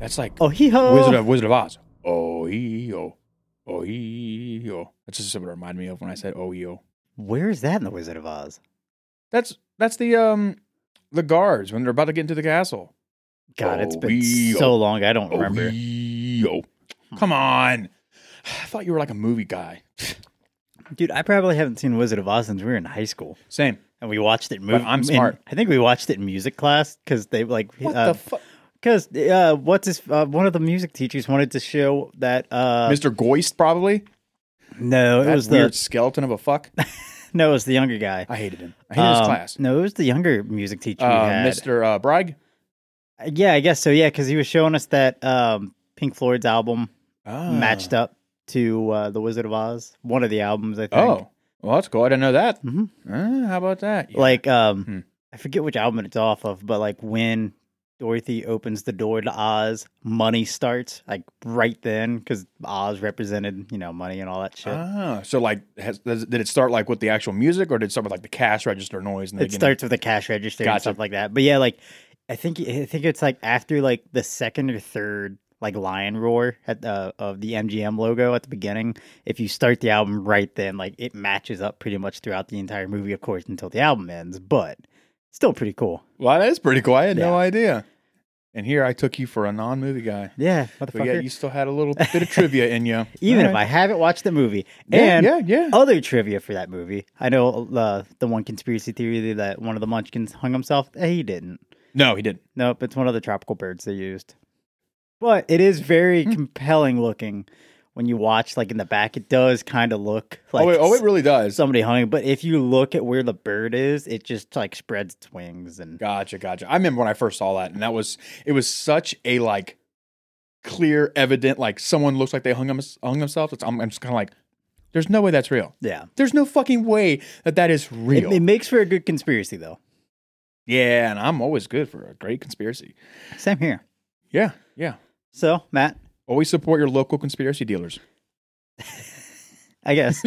It's like Oh hee ho. Wizard of Wizard of Oz. Oh he oh oh he oh. That's just what it reminded me of when I said oh he oh. Where is that in the Wizard of Oz? That's that's the um the guards when they're about to get into the castle. God, it's been Oh-wee-oh. so long. I don't Oh remember. he oh. Come on. I thought you were like a movie guy. Dude, I probably haven't seen Wizard of Oz since we were in high school, Same. and we watched it. Move. I'm in- smart. I think we watched it in music class because they like What uh, the fuck? Because uh, what's his? Uh, one of the music teachers wanted to show that. Uh, Mr. Goist probably. no, it That was weird the skeleton of a fuck. no, it was the younger guy. I hated him. I hated his Um, class. No, it was the younger music teacher. we Uh, had. Mr. Uh, Bragg. Yeah, I guess so. Yeah, because he was showing us that um, Pink Floyd's album Uh. matched up to uh, the Wizard of Oz. One of the albums, I think. Oh, well, that's cool. I didn't know that. Mhm. Uh, how about that? Yeah. like um, Hmm. I forget which album it's off of, but like when Dorothy opens the door to Oz, money starts like right then because Oz represented you know money and all that shit. Ah, so like, has, does, did it start like with the actual music, or did it start with like the cash register noise? In the it beginning? starts with a cash register and Gotcha. stuff like that. But yeah, like I think I think it's like after like the second or third like lion roar at the, of the MGM logo at the beginning. If you start the album right then, like it matches up pretty much throughout the entire movie, of course, until the album ends. But still pretty cool. Well, that is pretty cool. I had Yeah. no idea. And here I took you for a non-movie guy, Yeah, but motherfucker. yet you still had a little bit of trivia in you. Even All if right. I haven't watched the movie, yeah, and Oh. yeah, yeah. other trivia for that movie, I know uh, the one conspiracy theory that one of the Munchkins hung himself. Eh, He didn't. No, he didn't. Nope, it's one of the tropical birds they used. But it is very Hmm. compelling looking when you watch like in the back. It does kind of look like oh, it, oh, it really does. somebody hung it. But if you look at where the bird is, it just like spreads its wings and Gotcha, gotcha. I remember when I first saw that, and that was it was such a like clear, evident like someone looks like they hung, them, hung themselves. It's, I'm, I'm just kind of like, there's no way that's real. yeah. There's no fucking way that that is It, real. it makes for a good conspiracy though. yeah, and I'm always good for a great conspiracy. Same here. Yeah, yeah. So Matt, Always support your local conspiracy dealers. I guess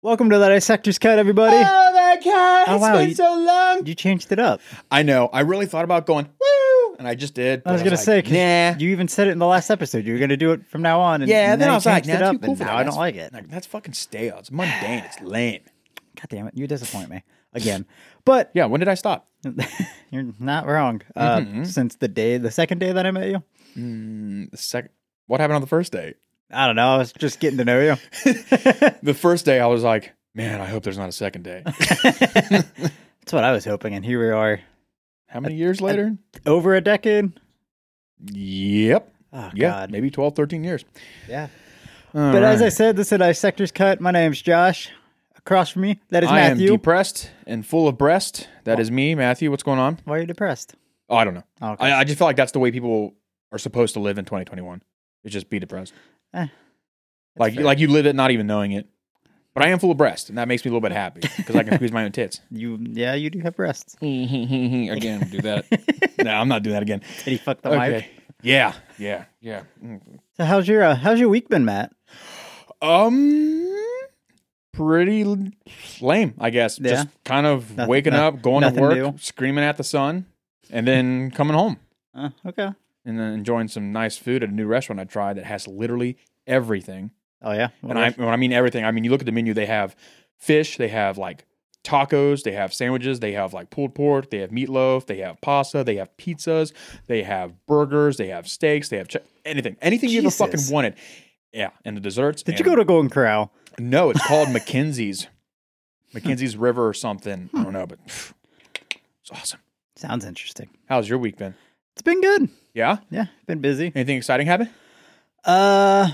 welcome to the dissector's cut, everybody. Ah! that guy! Oh, wow, you- so long. you changed it up. I know. I really thought about going woo, and I just did. I was but gonna say, like, 'cause you even said it in the last episode. You were gonna do it from now on. And, yeah. and then you I was like, changed it nah, up, too cool and for now that. I don't That's- like it. Like, that's fucking stale. It's mundane. It's lame. God damn it, you disappoint me again. But Yeah. When did I stop? you're not wrong. Uh, Mm-hmm. Since the day, the second day that I met you, Mm, The second. What happened on the first day? I don't know. I was just getting to know you. The first day, I was like, man, I hope there's not a second day. That's what I was hoping, and here we are, How many years later? over a decade. Yep. Oh Yeah. God, Maybe 12, 13 years. yeah. But as I said, this is Dissector's Cut. My name's Josh. Across from me, that is I am Matthew. Oh. depressed and full of breast. That is me, Matthew. What's going on? Why are you depressed? Oh, I don't know. Oh, okay. I, I just feel like that's the way people are supposed to live in 2021. Is just be depressed. Eh, that's like fair. like you live it not even knowing it. But I am full of breast, and that makes me a little bit happy because I can squeeze my own tits. You, yeah, you do have breasts. again, do that. no, I'm not doing that again. Did he fuck the mic? Okay. Yeah, yeah, yeah. Mm. So how's your uh, how's your week been, Matt? Um, pretty l- lame, I guess. Yeah. Just kind of Noth- waking no- up, going to nothing work, new. screaming at the sun, and then coming home Uh, okay. and then enjoying some nice food at a new restaurant I tried that has literally everything. Oh yeah. And I, when I mean everything, I mean you look at the menu. They have fish. They have like tacos. They have sandwiches. They have like pulled pork. They have meatloaf. They have pasta. They have pizzas. They have burgers. They have steaks. They have ch- anything, anything you ever Jesus. fucking wanted. Yeah, and the desserts. Did you go to Golden Corral? No, it's called McKinsey's, McKinsey's River or something. I don't know, but phew, it's awesome. Sounds interesting. How's your week been? It's been good. Yeah. Yeah, been busy. Anything exciting happen? Uh,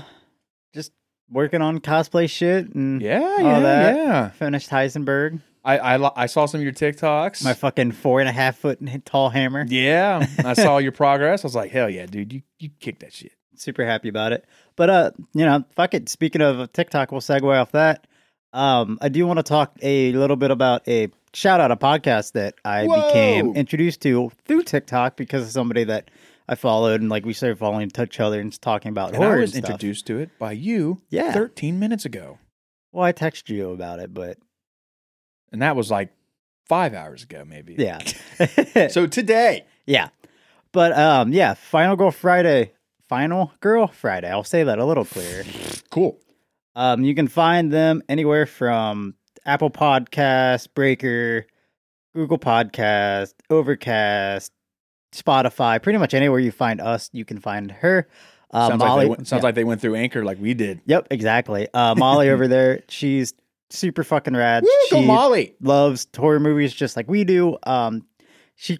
just working on cosplay shit and Yeah, all yeah, Mm. Oh, that. yeah. Finished Heisenberg, I, I lo- I saw some of your TikToks. my fucking four and a half foot n- tall hammer. Yeah, I saw your progress. I was like, hell yeah, dude, you you kicked that shit. Super happy about it. But uh, you know, fuck it. Speaking of TikTok, we'll segue off that. Um, I do want to talk a little bit about a shout out a podcast that I Whoa! became introduced to through TikTok because of somebody that I followed and like we started following each other and talking about And horror I and was stuff. introduced to it by you Yeah. 13 minutes ago. Well, I texted you about it, but And that was like five hours ago, maybe. yeah. So today, Yeah. But um, yeah, Final Girl Friday. Final Girl Friday. I'll say that a little clearer. Cool. Um, you can find them anywhere from Apple Podcast, Breaker, Google Podcast, Overcast, Spotify. Pretty much anywhere you find us, you can find her. Uh, sounds like Molly, they went, sounds yeah. like they went through Anchor like we did. Yep, exactly. Uh, Molly over there, she's super fucking rad. Woo, go She- Molly. loves horror movies just like we do. Um, she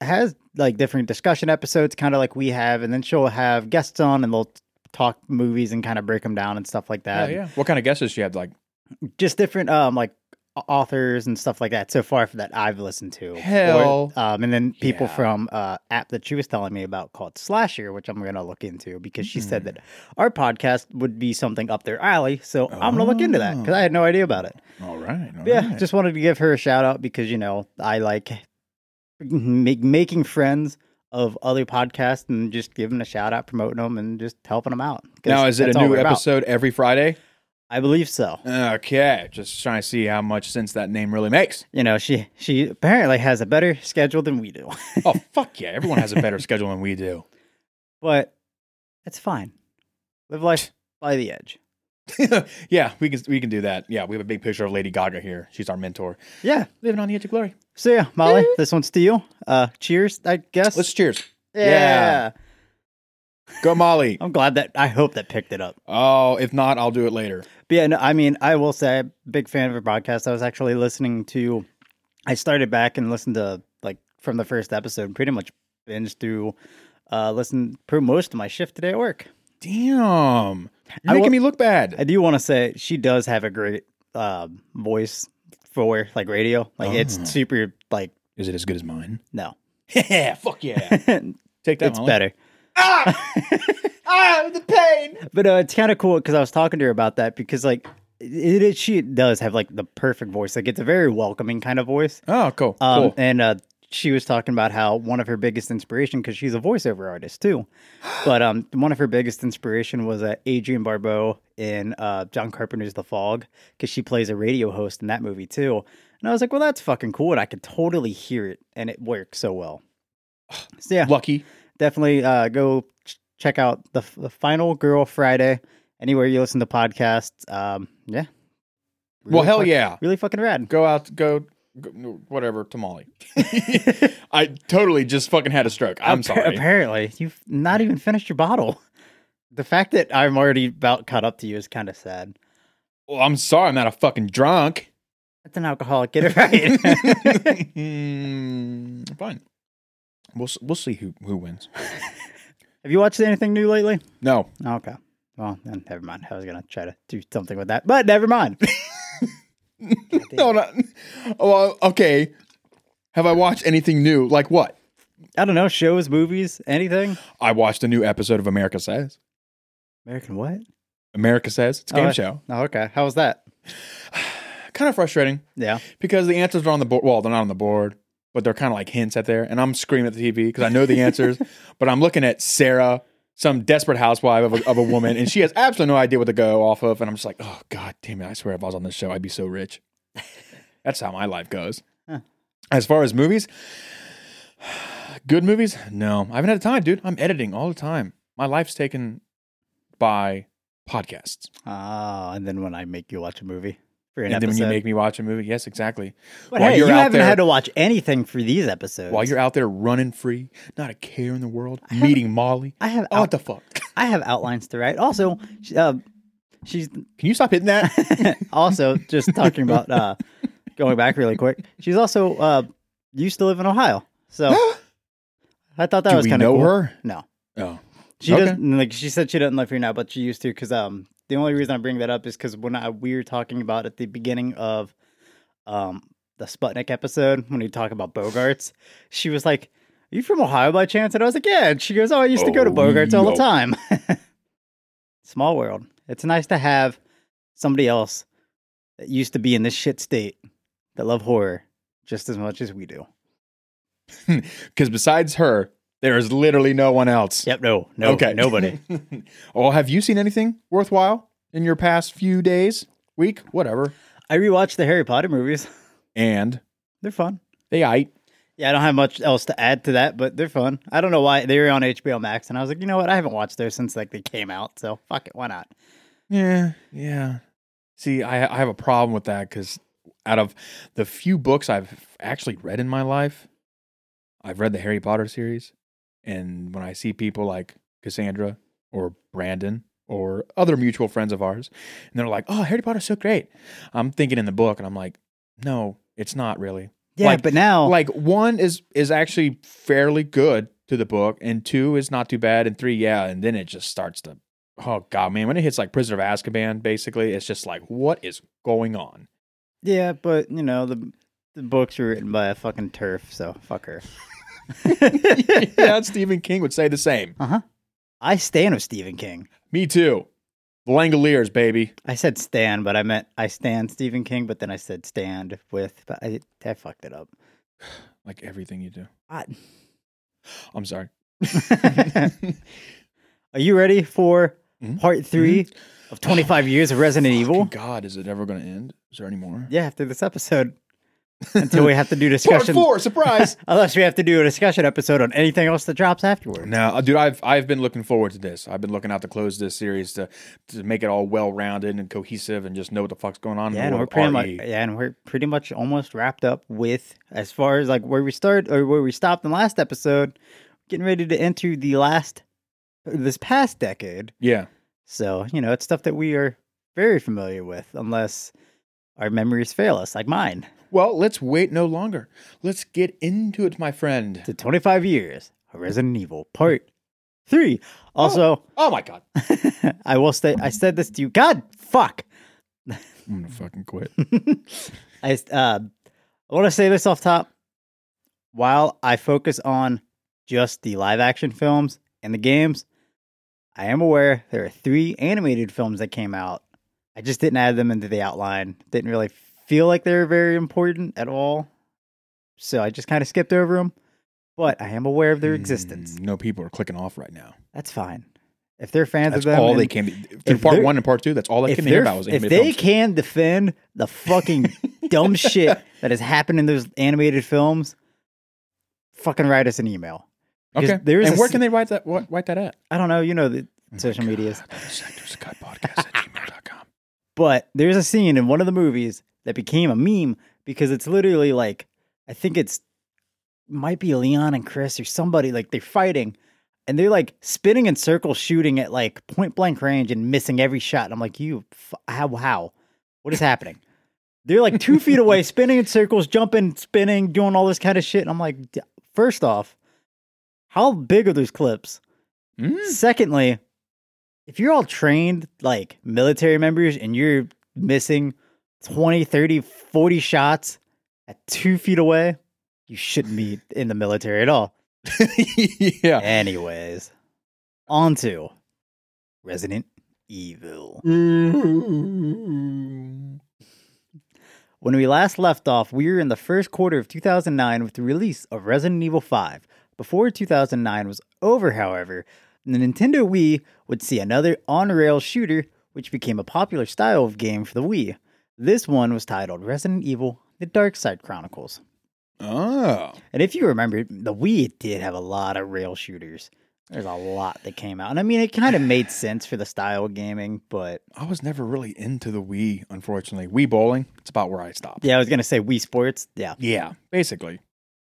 has like different discussion episodes, kind of like we have, and then she'll have guests on and they'll talk movies and kind of break them down and stuff like that. yeah, yeah. What kind of guesses she had? Like Just different, um, like au- authors and stuff like that so far for that I've listened to. Or, Hell um, and then people yeah. from uh app that she was telling me about called Slasher, which I'm gonna look into because she said that Mm. our podcast would be something up their alley. So I'm gonna look into that because I had Oh. no idea about it. all right, all Yeah, right. just wanted to give her a shout out because you know I like make, making friends of other podcasts and just giving a shout out, promoting them, and just helping them out. 'Cause now is it that's a all new we're about. episode every Friday? I believe so. Okay, just trying to see how much sense that name really makes. You know, she she apparently has a better schedule than we do, Oh fuck yeah, everyone has a better schedule than we do. but it's fine. Live life by the edge. yeah, we can we can do that. Yeah, we have a big picture of Lady Gaga here. She's our mentor. Yeah. Living on the edge of glory. So yeah, Molly, this one's to you. Uh, cheers, I guess. Let's cheers. yeah. Go Molly. I'm glad that I hope that picked it up. Oh, if not, I'll do it later. But yeah, no, I mean, I will say, I'm a big fan of her podcast. I was actually listening to, I started back and listened to like from the first episode, pretty much binge through, uh, listen through most of my shift today at work. Damn. You're I making wa- me look bad. I do want to say she does have a great um voice for like radio. Like Oh. it's super like Is it as good as mine? no, Yeah, fuck yeah. it's Take that. Molly. better. Ah! ah, the pain. But uh, it's kind of cool because I was talking to her about that because like it, it she does have like the perfect voice. Like it's a very welcoming kind of voice. Oh, cool. Um, cool. And uh, she was talking about how one of her biggest inspiration, because she's a voiceover artist too, but um, one of her biggest inspiration was uh, Adrian Barbeau in uh, John Carpenter's The Fog, because she plays a radio host in that movie too. And I was like, well, that's fucking cool, and I could totally hear it, and it works so well. So yeah, Lucky. definitely uh, go ch- check out the, the Final Girl Friday anywhere you listen to podcasts. Um, yeah. Well, Really hell fuck- yeah. Really fucking rad. Go out. Go. go whatever. To Molly. I totally just fucking had a stroke. I'm Appa- sorry. Apparently, you've not even finished your bottle. The fact that I'm already about caught up to you is kind of sad. Well, I'm sorry. I'm not a fucking drunk. That's an alcoholic. Get it right. Mm, fine. We'll s- we'll see who who wins. Have you watched anything new lately? No. Okay. Well, then never mind. I was gonna try to do something with that, but never mind. No. Not, well, okay. Have I watched anything new? Like what? I don't know shows, movies, anything. I watched a new episode of America Says. American what? America Says. It's a game Oh, I- show. Oh, okay. How was that? Kind of frustrating. Yeah. because the answers are on the board. Well, they're not on the board, but they're kind of like hints at there. And I'm screaming at the TV because I know the answers, but I'm looking at Sarah, some desperate housewife of a, of a woman, and she has absolutely no idea what to go off of. And I'm just like, oh god damn it! I swear if I was on this show, I'd be so rich. That's how my life goes. Huh. As far as movies, good movies? No, I haven't had time, dude. I'm editing all the time. My life's taken by podcasts. Oh, and then when I make you watch a movie for an And then episode, when you make me watch a movie, yes, exactly. but while hey, you're you out haven't there- had to watch anything for these episodes. While you're out there running free, not a care in the world, meeting Molly. I have Oh, out- what the fuck? I have outlines to write. Also, she- uh, she's Can you stop hitting that? also just talking about uh, going back really quick. She's also uh, used to live in Ohio, so I thought that Do was we kind of know cool. her? No, Oh. she Okay. doesn't. Like she said, she doesn't live here now, but she used to. Because um, the only reason I bring that up is because when I we were talking about at the beginning of um the Sputnik episode when we talk about Bogarts, she was like. Are you from Ohio by chance? And I was like, yeah. And she goes, oh, I used to go to Oh, Bogarts all the yo. time. Small world. It's nice to have somebody else that used to be in this shit state that love horror just as much as we do. Because besides her, there is literally no one else. Yep. No. No. okay. Nobody. well, have you seen anything worthwhile in your past few days, week, whatever? I rewatched the Harry Potter movies. And They're fun. they ate. Yeah, I don't have much else to add to that, but they're fun. I don't know why they were on HBO Max, and I was like, you know what? I haven't watched those since like they came out, so fuck it, why not? Yeah, yeah. See, I I have a problem with that because out of the few books I've actually read in my life, I've read the Harry Potter series, and when I see people like Cassandra or Brandon or other mutual friends of ours, and they're like, "Oh, Harry Potter's so great," I'm thinking in the book, and I'm like, "No, it's not really." Yeah, Like- but now, Like one is is actually fairly good to the book, and two is not too bad, and three, yeah, and then it just starts to. Oh god, man! When it hits like Prisoner of Azkaban, basically, it's just like, what is going on? yeah, but you know the the books were written by a fucking turf, so fuck her. yeah, Stephen King would say the same. Uh huh. I stand with Stephen King. Me too. The Langoliers, baby. I said stand, but I meant I stand Stephen King, but then I said stand with, but I, I fucked it up. Like everything you do. I- I'm sorry. Are you ready for Mhm. part 3 of 25 years of Resident Evil? Fucking God, is it ever going to end? Is there any more? Yeah, after this episode. Until we have to do discussion. Part four, surprise. Unless we have to do a discussion episode on anything else that drops afterward. no, uh, dude, I've I've been looking forward to this. I've been looking out to close this series to to make it all well rounded and cohesive and just know what the fuck's going on. Yeah, in and the we're world E. pretty of much RE. yeah, and we're pretty much almost wrapped up with as far as like where we started or where we stopped in last episode, getting ready to enter the last this past decade. Yeah, So, you know, it's stuff that we are very familiar with unless our memories fail us, like mine. well, let's wait no longer. Let's get into it, my friend. To 25 years of Resident Evil Part 3. Also, Oh my God, I will say I said this to you. God, fuck. I'm gonna fucking quit. I uh, I want to say this off top. While I focus on just the live action films and the games, I am aware there are three animated films that came out. I just didn't add them into the outline. Didn't really feel like they were very important at all, so I just kind of skipped over them. But I am aware of their existence. Mm, No people are clicking off right now. That's fine. If they're fans That's of them, all and- they came through if part they're- one and part two. That's all they if, came to hear they're- about was if animated they films. can defend the fucking dumb shit that has happened in those animated films, fucking write us an email. because okay, there is and a where s- can they write that? What, write that at? I don't know, you know the social medias, but there's a scene in one of the movies that became a meme because it's literally like I think it's might be Leon and Chris or somebody like they're fighting and they're like spinning in circles shooting at like point blank range and missing every shot. And I'm like, you f- how how what is happening? They're like two feet away, spinning in circles, jumping, spinning, doing all this kind of shit. And I'm like, "D- first off, how big are those clips? Mm. Secondly, if you're all trained like military members and you're missing 20, 30, 40 shots at two feet away, you shouldn't be in the military at all. yeah. Anyways, on to Resident Evil. Mm-hmm. When we last left off, we were in the first quarter of 2009 with the release of Resident Evil 5. Before 2009 was over, however, the Nintendo Wii would see another on rail shooter, which became a popular style of game for the Wii. This one was titled Resident Evil The Dark Side Chronicles. Oh, And if you remember, the Wii did have a lot of rail shooters. There's a lot that came out. And I mean, it kind of made sense for the style of gaming, but I was never really into the Wii, unfortunately. Wii bowling. It's about where I stopped. yeah, I was going to say Wii Sports. Yeah. Yeah, basically.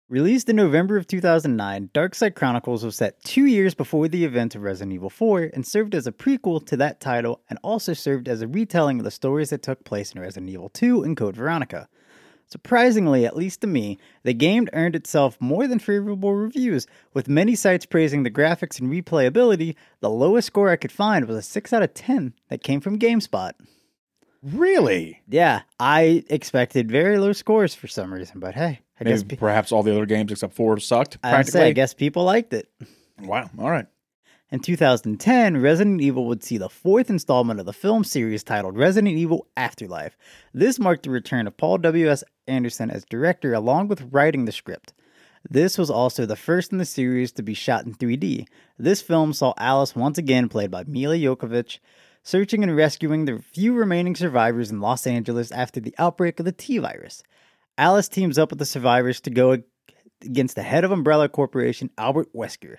Released in November of 2009, Dark Side Chronicles was set two years before the event of Resident Evil 4 and served as a prequel to that title and also served as a retelling of the stories that took place in Resident Evil 2 and Code Veronica. Surprisingly, at least to me, the game earned itself more than favorable reviews, with many sites praising the graphics and replayability. The lowest score I could find was a 6 out of 10 that came from GameSpot. Really? Yeah, I expected very low scores for some reason, but hey, I guess, Maybe pe- perhaps all the other games except four sucked. I, Practically. say, I guess people liked it. Wow. All right. In 2010, Resident Evil would see the fourth installment of the film series titled Resident Evil Afterlife. This marked the return of Paul W.S. Anderson as director along with writing the script. This was also the first in the series to be shot in 3D. This film saw Alice once again played by Mila Jokovic searching and rescuing the few remaining survivors in Los Angeles after the outbreak of the T virus. Alice teams up with the survivors to go against the head of Umbrella Corporation, Albert Wesker.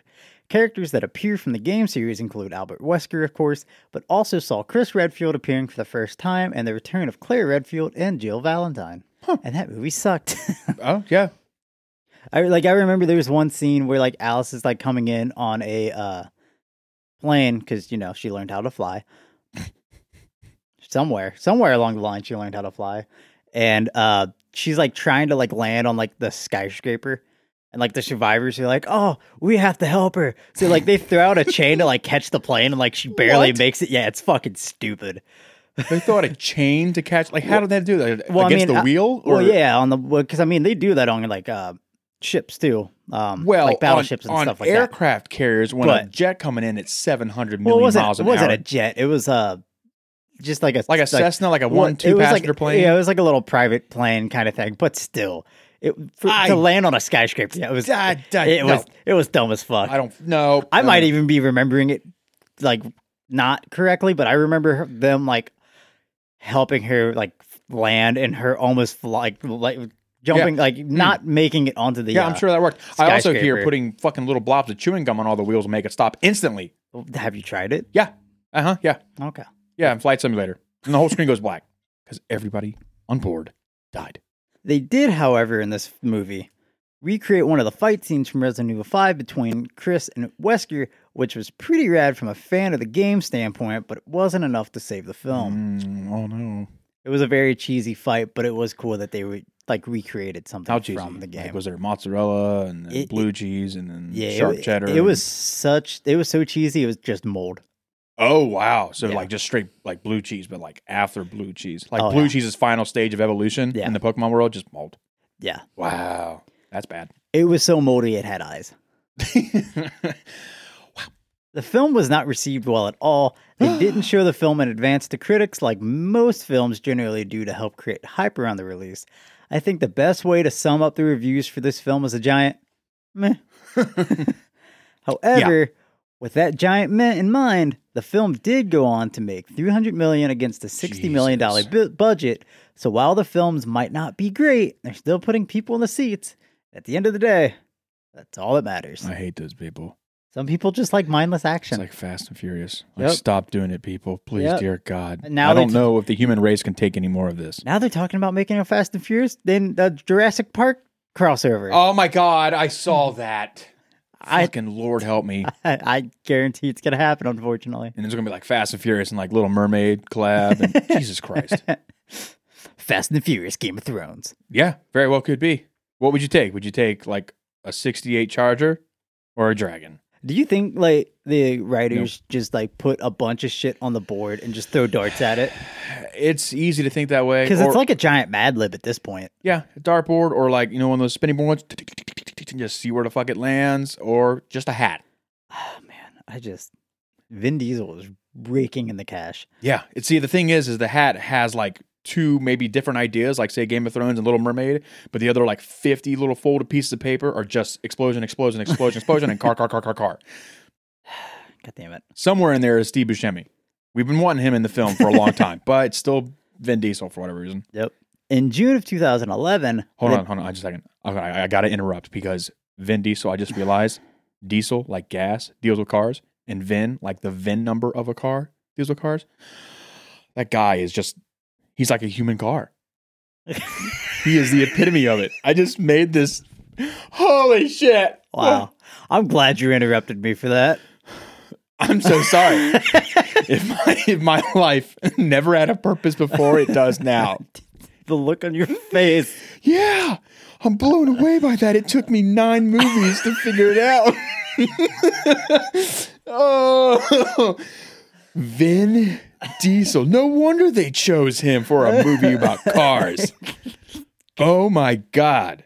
Characters that appear from the game series include Albert Wesker, of course, but also saw Chris Redfield appearing for the first time and the return of Claire Redfield and Jill Valentine. And that movie sucked. Oh yeah, I like I remember there was one scene where like Alice is like coming in on a uh plane cuz you know she learned how to fly. somewhere, somewhere along the line she learned how to fly and uh she's like trying to like land on like the skyscraper and like the survivors are like, "Oh, we have to help her." So like they throw out a chain to like catch the plane and like she barely What? makes it. Yeah, it's fucking stupid. they throw out a chain to catch. Like, how did that do that? Well, I Against mean, the I- wheel? well, yeah, on the because I mean they do that on like uh ships too. Um Well, like battleships on, and on stuff like that. aircraft carriers, when a But- jet coming in at seven hundred Well, million it wasn't, miles it an wasn't hour, a jet. It was uh, just like a like a Cessna, like a well, one it two was passenger like, plane. Yeah, it was like a little private plane kind of thing. But still, it for, I- to land on a skyscraper. Yeah, it was. Da- da- it no. was. It was dumb as fuck. I don't know. I might even be remembering it like not correctly, but I remember her- them like helping her like land and her almost fl- like like jumping like not making it onto the Hmm. Yeah, I'm uh, sure that worked. I also hear skyscraper. putting fucking little blobs of chewing gum on all the wheels and make it stop instantly. Have you tried it? Yeah. Uh huh. Yeah. Okay. Yeah. And Flight Simulator. And the whole screen goes black because everybody on board died. They did, however, in this movie, recreate one of the fight scenes from Resident Evil 5 between Chris and Wesker, which was pretty rad from a fan of the game standpoint, but it wasn't enough to save the film. Mm, oh no. It was a very cheesy fight, but it was cool that they re- like recreated something How cheesy. from the game. Like, was there mozzarella and then It- blue cheese and then yeah, sharp it, cheddar? It and- was such. It was so cheesy. It was just mold. Oh wow! So Yeah. like just straight like blue cheese, but like after blue cheese, like Oh, blue yeah. cheese's final stage of evolution Yeah. in the Pokemon world, just mold. Yeah, Wow, that's bad. it was so moldy. It had eyes. The film was not received well at all. They didn't show the film in advance to critics like most films generally do to help create hype around the release. I think the best way to sum up the reviews for this film is a giant meh. However, with that giant meh in mind, the film did go on to make 300 million against a 60 million dollar Jesus. bu- budget. So while the films might not be great, they're still putting people in the seats. At the end of the day, that's all that matters. I hate those people. Some people just like mindless It's action. like Fast and Furious. Like Yep. stop doing it, people. Please, Yep. dear God. And now I they don't t- know if the human race can take any more of this. Now they're talking about making a Fast and Furious, then the Jurassic Park crossover. Oh my God! I saw that. I- Fucking Lord help me. I, I guarantee it's gonna happen. Unfortunately, And it's gonna be like Fast and Furious and like Little Mermaid collab. And Jesus Christ. Fast and the Furious, Game of Thrones. Yeah, very well could be. What would you take? Would you take like a 68 Charger or a Dragon? Do you think like the writers just like put a bunch of shit on the board and just throw darts at it? It's easy to think that way. Because or- it's like a giant Mad Lib at this point. yeah, a dartboard or like you know one of those spinning boards, and just see where the fuck it lands, or just a hat. Oh man, I just Vin Diesel was raking in the cash. Yeah, it's see the thing is, is the hat has like two maybe different ideas, like say Game of Thrones and Little Mermaid, but the other like 50 little folded pieces of paper are just explosion, explosion, explosion, explosion, and car, car, car, car, car. God damn it! Somewhere in there is Steve Buscemi. We've been wanting him in the film for a long time, but it's still Vin Diesel for whatever reason. Yep. In June of 2011, Hold the- on, hold on, just a second. Okay, I, I got to interrupt because Vin Diesel. I just realized diesel like gas deals with cars, and Vin like the VIN number of a car deals with cars. That guy is just he's like a human car. he is the epitome of it. I just made this. Holy shit! Wow, I'm glad you interrupted me for that. I'm so sorry. if my if my life never had a purpose before, it does now. The look on your face. Yeah, I'm blown away by that. It took me nine movies to figure it out. oh, Vin Diesel. No wonder they chose him for a movie about cars. Oh my God.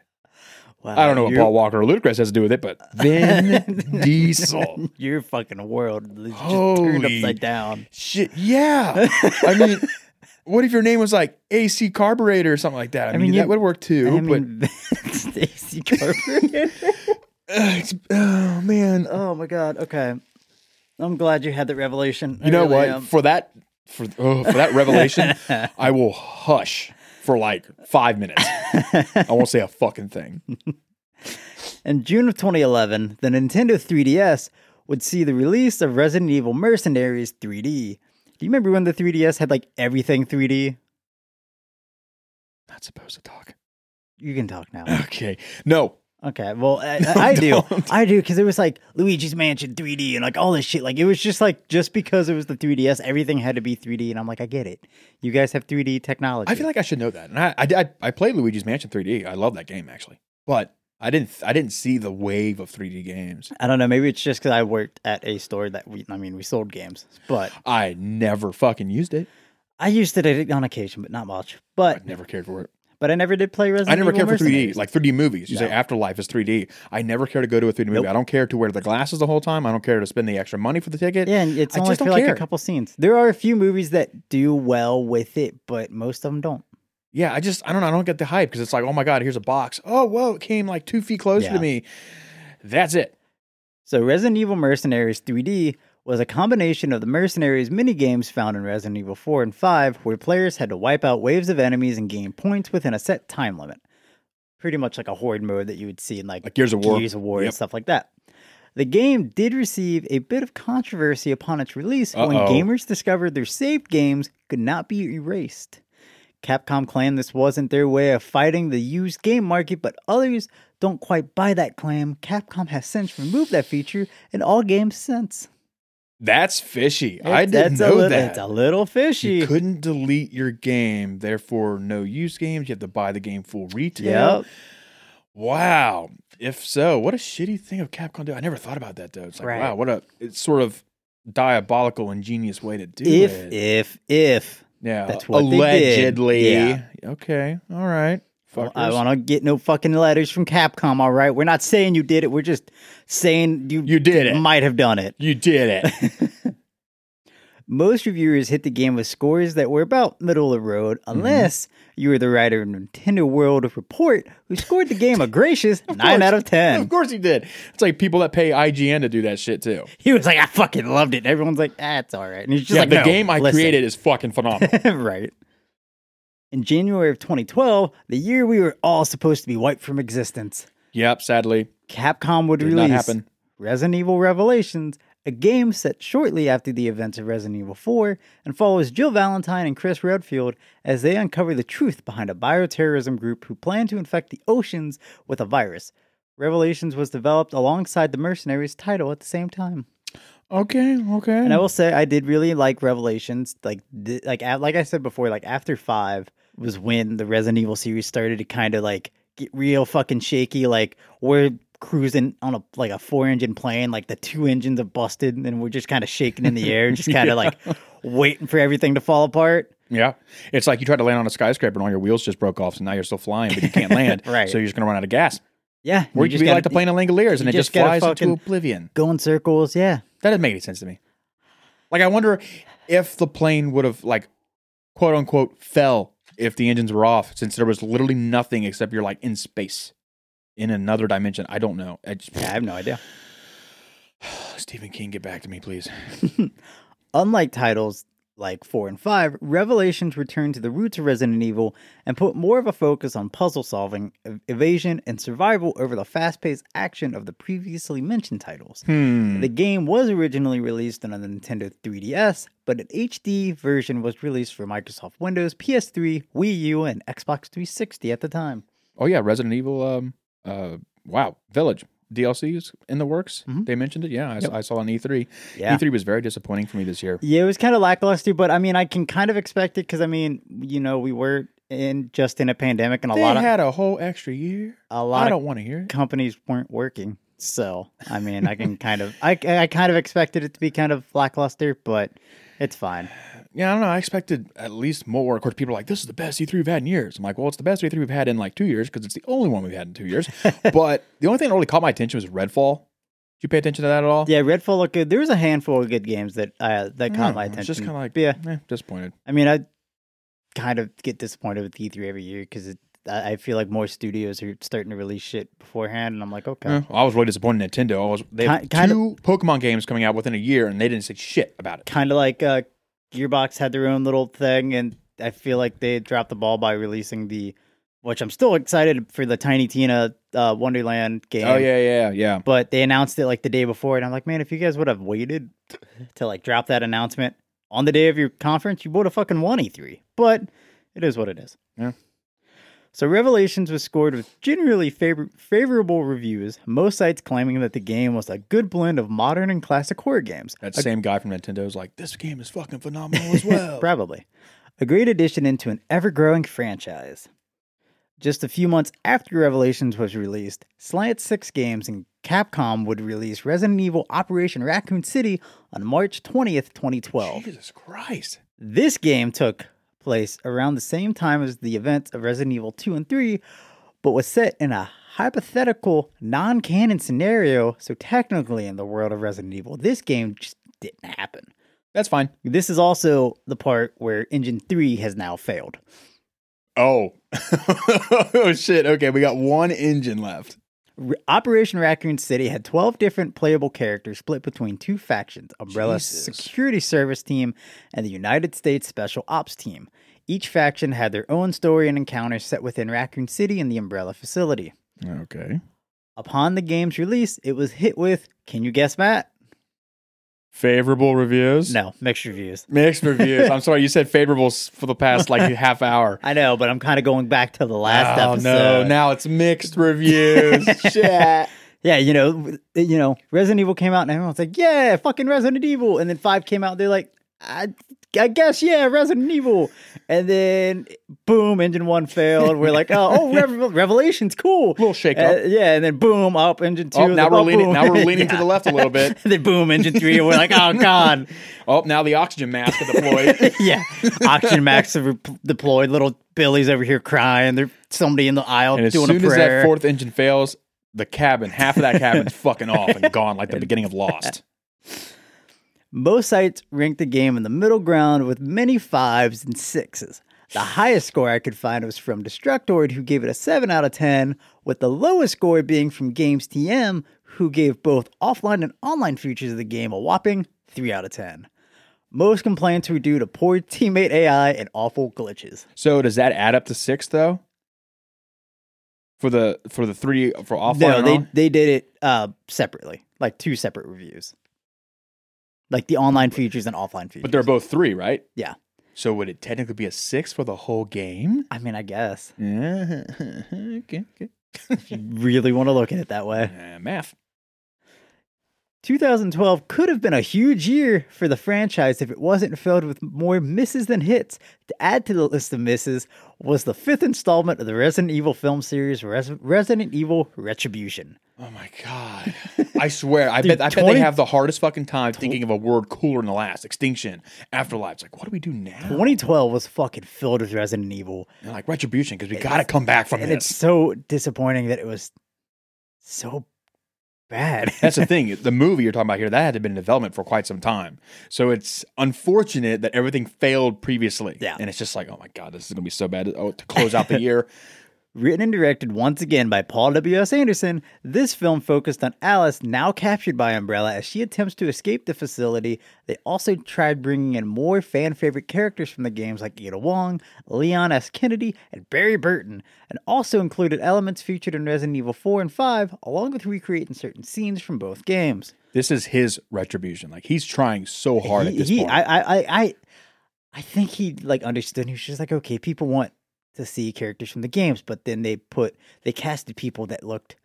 Wow, I don't know what you're- Paul Walker or Ludacris has to do with it, but Vin Diesel. Your fucking world is just turned Holy- upside down. Shit. Yeah. I mean, what if your name was like AC Carburetor or something like that? I, mean, mean, you- that would work too. I but- mean, Stacy Carpenter. Ugh, it's- oh man. oh my god. Okay, I'm glad you had that revelation. I You know really what? am. For that, for oh, for that revelation, I will hush for like five minutes. I won't say a fucking thing. In June of 2011, the Nintendo 3DS would see the release of Resident Evil Mercenaries 3D. Do you remember when the 3DS had like everything 3D? Not supposed to talk. You can talk now. Okay. No. Okay, well, I, I, I do, don't. I do, because it was like Luigi's Mansion 3D and like all this shit. Like it was just like just because it was the 3DS, everything had to be 3D, and I'm like, I get it. You guys have 3D technology. I feel like I should know that. And I, I, I, I played Luigi's Mansion 3D. I love that game actually, but I didn't, I didn't see the wave of 3D games. I don't know. Maybe it's just because I worked at a store that we, I mean, we sold games, but I never fucking used it. I used it on occasion, but not much. I But never cared for it. but I never did play Resident. I never Evil cared for 3D, Mercenaries. like 3D movies. You say No. Afterlife is 3D. I never care to go to a 3D movie. Nope. I don't care to wear the glasses the whole time. I don't care to spend the extra money for the ticket. yeah, and it's I only just for don't like care. a couple scenes. There are a few movies that do well with it, but most of them don't. Yeah, I just I don't know. I don't get the hype because it's like, oh my god, here's a box. Oh whoa, it came like two feet closer Yeah. to me. That's it. So Resident Evil Mercenaries 3D was a combination of the Mercenaries minigames found in Resident Evil 4 and 5, where players had to wipe out waves of enemies and gain points within a set time limit. Pretty much like a horde mode that you would see in like, Like Gears of War. Gears of War and Yep. stuff like that. The game did receive a bit of controversy upon its release when Uh-oh. gamers discovered their saved games could not be erased. Capcom claimed this wasn't their way of fighting the used game market, but others don't quite buy that claim. Capcom has since removed that feature in all games since. That's fishy. I It's- didn't that's know a little, that. It's a little you fishy. couldn't delete your game, therefore no use games. You have to buy the game full retail. Yep. Wow. If so, what a shitty thing of Capcom to do. I never thought about that though. It's like Right. wow, what a it's sort of diabolical, ingenious way to do If, it. if, if. yeah, that's what they did. allegedly. Yeah. Okay, all right. Fuckers. I want to get no fucking letters from Capcom, all right? We're not saying you did it. We're just saying you, you did it. might have done it. you did it. Most reviewers hit the game with scores that were about middle of the road, Mm-hmm. unless you were the writer of Nintendo World Report, who scored the game a gracious 9 out of 10. of course he did. It's like people that pay IGN to do that shit too. He was like, I fucking loved it. And everyone's like, ah, it's all right. And he's just yeah, like, the "No, game I listen." created is fucking phenomenal. right. In January of 2012, the year we were all supposed to be wiped from existence, yep, sadly, Capcom would did release not happen. Resident Evil Revelations, a game set shortly after the events of Resident Evil 4 and follows Jill Valentine and Chris Redfield as they uncover the truth behind a bioterrorism group who plan to infect the oceans with a virus. Revelations was developed alongside the Mercenaries title at the same time. Okay, okay. And I will say I did really like Revelations. Like th- like a- like I said before, like after 5 was when the Resident Evil series started to kind of like get real fucking shaky like we're cruising on a like a four engine plane like the two engines are busted and we're just kind of shaking in the air just kind of like waiting for everything to fall apart Yeah. It's like you tried to land on a skyscraper and all your wheels just broke off, so now you're still flying, but you can't land. Right. So you're just gonna run out of gas. yeah Or you just could be gotta like the plane of Langoliers and you it just just gotta flies fucking- into oblivion. go in circles yeah That doesn't make any sense to me. Like I wonder if the plane would have like quote unquote fell if the engines were off, since there was literally nothing except you're like in space. In another dimension. I don't know. I just, yeah i have no idea Stephen King, get back to me, please. Unlike titles like 4 and 5, Revelations returned to the roots of Resident Evil and put more of a focus on puzzle solving, ev- evasion, and survival over the fast paced action of the previously mentioned titles. Hmm. The game was originally released on the Nintendo 3DS, but an HD version was released for Microsoft Windows, PS3, Wii U, and Xbox 360 at the time. Oh yeah, Resident Evil. Um, uh, wow, Village DLCs in the works. Mhm. They mentioned it. Yeah, I, s- I saw on E E3. Yeah. E3 was very disappointing for me this year. Yeah, it was kind of lackluster, but I mean, I can kind of expect it because I mean, you know, we were in just in a pandemic and a they lot of had a whole extra year. a I lot of don't want to hear it. companies weren't working. So I mean, I can kind of I I kind of expected it to be kind of lackluster, but it's fine. Yeah, I don't know. I expected at least more. Of course, people are like, "This is the best E3 we've had in years." I'm like, "Well, it's the best E3 we've had in like two years because it's the only one we've had in two years." but the only thing that really caught my attention was Redfall. Did you pay attention to that at all? Yeah, Redfall looked good. There was a handful of good games that uh, that Hmm, I caught don't my know. attention. It's just kind of like, But yeah. yeah, eh, disappointed. I mean, I kind of get disappointed with E3 every year because I I feel like more studios are starting to release shit beforehand, and I'm like, okay, Yeah, I was really disappointed in Nintendo. I was they have Ki- kind of- two Pokemon games coming out within a year, and they didn't say shit about it. kind of like uh, Gearbox had their own little thing, and I feel like they dropped the ball by releasing the which I'm still excited for the Tiny Tina uh, Wonderland game. Oh yeah, yeah, yeah. But they announced it like the day before, and I'm like, man, if you guys would have waited to like drop that announcement on the day of your conference, you would have fucking won E3. But it is what it is. Yeah. So Revelations was scored with generally favor- favorable reviews, most sites claiming that the game was a good blend of modern and classic horror games. That same guy from Nintendo is like, this game is fucking phenomenal as well. Probably. A great addition into an ever growing franchise. Just a few months after Revelations was released, Slant 6 Games and Capcom would release Resident Evil Operation Raccoon City on March 20th, 2012. Jesus Christ. This game took place around the same time as the events of Resident Evil 2 and 3, but was set in a hypothetical, non canon scenario. So, technically, in the world of Resident Evil, this game just didn't happen. That's fine. This is also the part where Engine 3 has now failed. Oh. oh shit. Okay, we got one engine left. R- Operation Raccoon City had 12 different playable characters split between two factions Umbrella Jesus. Security Service Team and the United States Special Ops Team. Each faction had their own story and encounters set within Raccoon City and the Umbrella facility. Okay. Upon the game's release, it was hit with, can you guess, Matt? Favorable reviews? No, mixed reviews. Mixed reviews. I'm sorry, you said favorables for the past like half hour. I know, but I'm kind of going back to the last oh episode. no, now it's mixed reviews. shit. Yeah, you know, w- you know, Resident Evil came out and everyone's like, "Yeah, fucking Resident Evil," and then Five came out, and they're like, "I, I guess yeah, Resident Evil," and then boom, Engine One failed. We're like, "Oh, oh, Rev- Revelations, cool." Little shake Uh, up. yeah, and then boom, up Engine Two. Oh, now then we're up, leaning- boom. now we're leaning to the left a little bit. then boom, Engine Three, and we're like, "Oh God, Oh, now the oxygen mask is deployed. yeah." Oxygen Max have re- deployed. Little Billy's over here crying. There's somebody in the aisle and as doing soon a as prayer. that fourth engine fails, the cabin, half of that cabin's fucking off and gone like the beginning of Lost. Most sites ranked the game in the middle ground with many fives and sixes. The highest score I could find was from Destructoid, who gave it a 7 out of 10, with the lowest score being from Games TM, who gave both offline and online features of the game a whopping 3 out of 10. Most complaints were due to poor teammate AI and awful glitches. So does that add up to six though? For the for the three for offline no, and they, on? they did it uh, separately, like two separate reviews. Like the online features and offline features. but they're both three, right? Yeah. So would it technically be a six for the whole game? I mean, I guess. okay, okay. If you really want to look at it that way. Uh, math. 2012 could have been a huge year for the franchise if it wasn't filled with more misses than hits. To add to the list of misses was the fifth installment of the Resident Evil film series, Res- Resident Evil Retribution. Oh my god! I swear, I bet I bet 20 they have the hardest fucking time thinking of a word cooler than the last. Extinction, afterlife. It's like, what do we do now? 2012 was fucking filled with Resident Evil, And like retribution because we got to come back from and it's this. so disappointing that it was so bad. That's the thing. The movie you're talking about here that had to been in development for quite some time. So it's unfortunate that everything failed previously. Yeah. and it's just like, oh my god, this is gonna be so bad. Oh, to close out the year. Written and directed once again by Paul W.S. Anderson, this film focused on Alice, now captured by Umbrella, as she attempts to escape the facility. They also tried bringing in more fan favorite characters from the games like Ada Wong, Leon S. Kennedy, and Barry Burton, and also included elements featured in Resident Evil 4 and 5, along with recreating certain scenes from both games. this is his retribution. Like he's trying so hard at He- this he- point. I, I, I, I, I think he like understood. He was just like, okay, people want to see characters from the games, but then they put they casted people that looked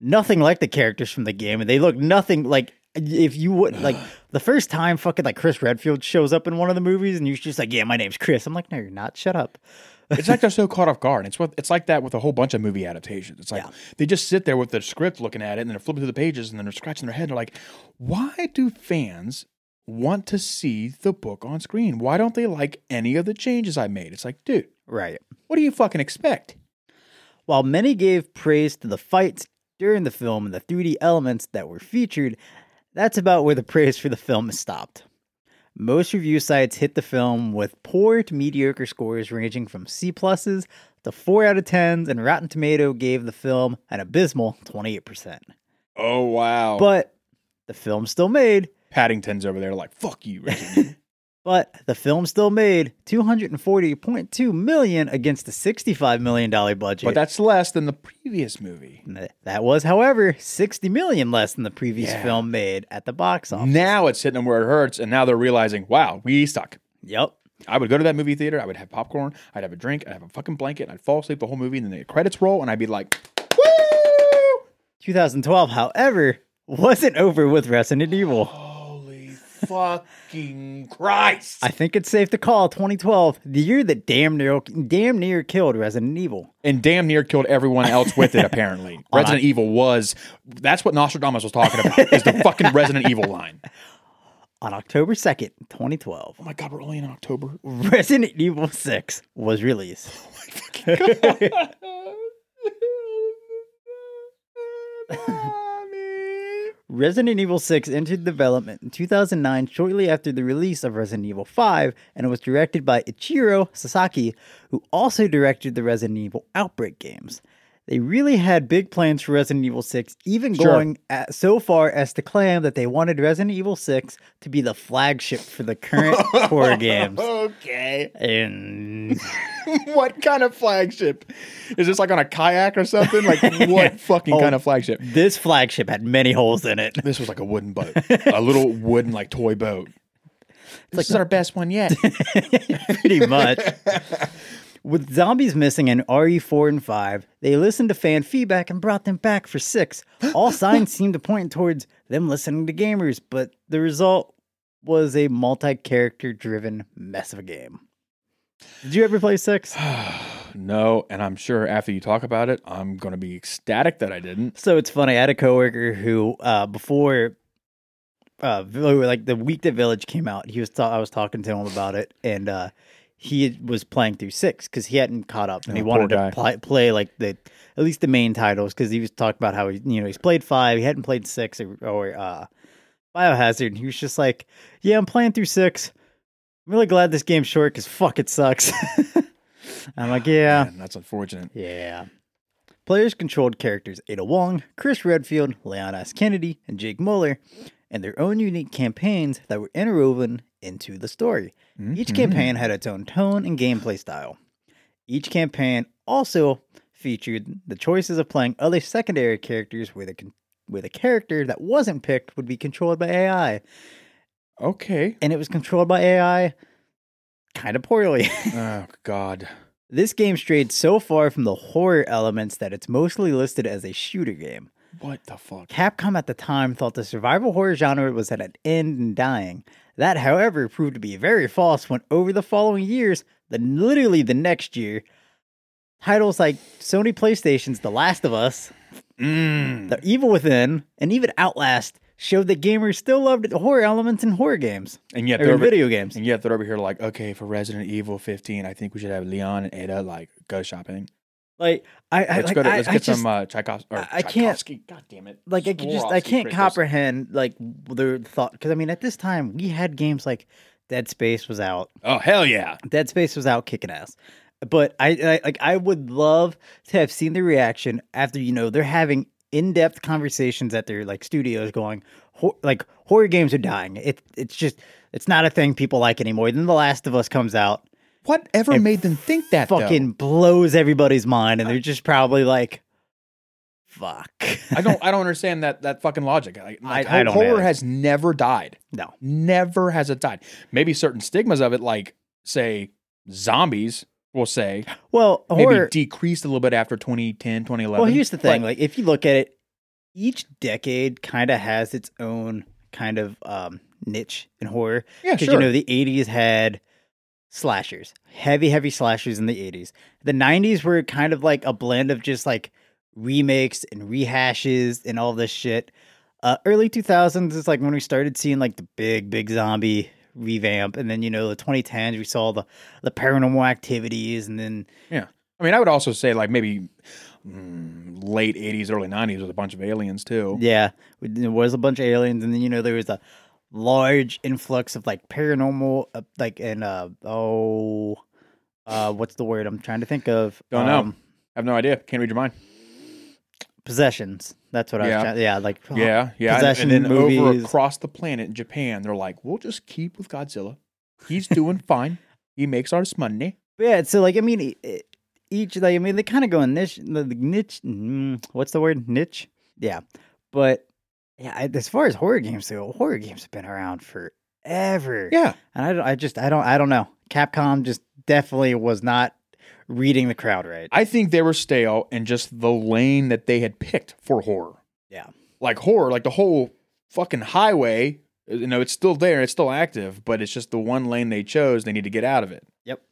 nothing like the characters from the game, and they looked nothing like. If you would like the first time, fucking like Chris Redfield shows up in one of the movies, and you're just like, "Yeah, my name's Chris." I'm like, "No, you're not. Shut up." it's like they're so caught off guard. It's what it's like that with a whole bunch of movie adaptations. It's like Yeah. they just sit there with the script looking at it and they're flipping through the pages and then they're scratching their head. And they're like, why do fans want to see the book on screen? Why don't they like any of the changes I made? It's like, dude, Right. what do you fucking expect? While many gave praise to the fights during the film and the 3D elements that were featured, that's about where the praise for the film is stopped. Most review sites hit the film with poor to mediocre scores ranging from C pluses to 4 out of 10s, and Rotten Tomato gave the film an abysmal 28%. Oh wow. But the film still made Paddington's over there like, fuck you, Richard. But the film still made 240.2 million against the 65 million dollar budget. But that's less than the previous movie. And th- that was, however, 60 million less than the previous Yeah. film made at the box office. Now it's hitting them where it hurts, and now they're realizing, wow, we suck. Yep. I would go to that movie theater. I would have popcorn. I'd have a drink. I'd have a fucking blanket. I'd fall asleep the whole movie, and then the credits roll, and I'd be like, "Woo!" 2012, however, wasn't over with Resident Evil. Holy fucking Christ! I think it's safe to call 2012 the year that damn near damn near killed Resident Evil. and damn near killed everyone else with it. Apparently, Resident Evil was. That's what Nostradamus was talking about. is the fucking Resident Evil line? On October 2nd, 2012, Oh my god, we're only in October. Resident Evil 6 was released. Resident Evil 6 entered development in 2009, shortly after the release of Resident Evil 5, and it was directed by Ichiro Sasaki, who also directed the Resident Evil Outbreak games. They really had big plans for Resident Evil 6, even Sure. going at, so far as to claim that they wanted Resident Evil 6 to be the flagship for the current horror games. okay. And What kind of flagship? Is this like on a kayak or something? Like what fucking Oh. kind of flagship? this flagship had many holes in it. This was like a wooden boat, a little wooden like toy boat. This is our best one yet. pretty much. With zombies missing in RE4 and 5, they listened to fan feedback and brought them back for 6. All signs seemed to point towards them listening to gamers, but the result was a multi character driven mess of a game. Did you ever play 6? no, and I'm sure after you talk about it, I'm gonna be ecstatic that I didn't. So it's funny. I had a coworker who, uh, before, uh, Vill- like the week that Village came out, he was ta- I was talking to him about it, and uh, he was playing through six because he hadn't caught up, and he Oh, wanted poor to play, play like the at least the main titles because he was talking about how he you know he's played five, he hadn't played six or, or uh, Biohazard, and he was just like, "Yeah, I'm playing through six. I'm really glad this game's short because fuck, it sucks." I'm like, "Yeah." Man, that's unfortunate. Yeah. Players controlled characters Ada Wong, Chris Redfield, Leon S. Kennedy, and Jake Muller, and their own unique campaigns that were interwoven into the story. Each Mhm. campaign had its own tone and gameplay style. Each campaign also featured the choices of playing other secondary characters where the con- where the character that wasn't picked would be controlled by AI, Okay. and it was controlled by AI kind of poorly. Oh God. This game strayed so far from the horror elements that it's mostly listed as a shooter game. What the fuck? Capcom at the time thought the survival horror genre was at an end and dying. That, however, proved to be very false when over the following years, then literally the next year, titles like Sony PlayStation's The Last of Us, Mm. The Evil Within, and even Outlast showed that gamers still loved horror elements in horror games And yet or they're in over, video games. and yet they're over here like, okay, for Resident Evil 15, I think we should have Leon and Ada like go shopping. Like I, I Let's like, go to I- let's I get just- some uh, Tchaikovsky. Or I- I can't- Tchaikovsky. God damn it. like I could just I Swarovski can't crystals. comprehend like their thought because I mean at this time we had games like Dead Space was out, Oh hell yeah! Dead Space was out kicking ass, but I, I like I would love to have seen the reaction after you know they're having in depth conversations at their like studios going "Hor- like horror games are dying it it's just it's not a thing people like anymore. Then The Last of Us comes out, Whatever And made them think that though? fucking blows everybody's mind, and they're just probably like, fuck, I don't I don't understand that that fucking logic. Like, like, I don't horror either. has never died. no, Never has it died. Maybe certain stigmas of it, like say zombies, we'll say well horror maybe decreased a little bit after 2010, 2011. Well, here's the thing: But like, if you look at it, each decade kind of has its own kind of um, niche in horror. yeah, Because sure. you know, the '80s had slashers, heavy, heavy slashers in the '80s. The '90s were kind of like a blend of just like remakes and rehashes and all this shit. Uh, early 2000s is like when we started seeing like the big, big zombie revamp, and then you know the 2010s we saw the the paranormal activities, and then I mean, I would also say like maybe mm, late 80s, early 90s with a bunch of aliens too. Yeah, there was a bunch of aliens, and then you know there was a large influx of like paranormal, uh, like and uh oh, uh, what's the word I'm trying to think of? Don't Um, know. I have no idea. Can't read your mind. Possessions. That's what I Yeah. was. Trying, yeah, like Yeah, yeah. And- Possession and, then over movies. across the planet in Japan, they're like, we'll just keep with Godzilla. He's doing fine. He makes us money. But yeah, so like I mean, e- e- each like I mean they kind of go in niche, the the niche. Mm, what's the word? Niche. Yeah, but yeah, I, as far as horror games go, horror games have been around forever. Yeah. and I don't, I just I don't I don't know. Capcom just definitely was not reading the crowd right. I think they were stale and just the lane that they had picked for horror. Yeah. Like horror, like the whole fucking highway, uh, you know, it's still there, it's still active, but it's just the one lane they chose, they need to get out of it. Yep.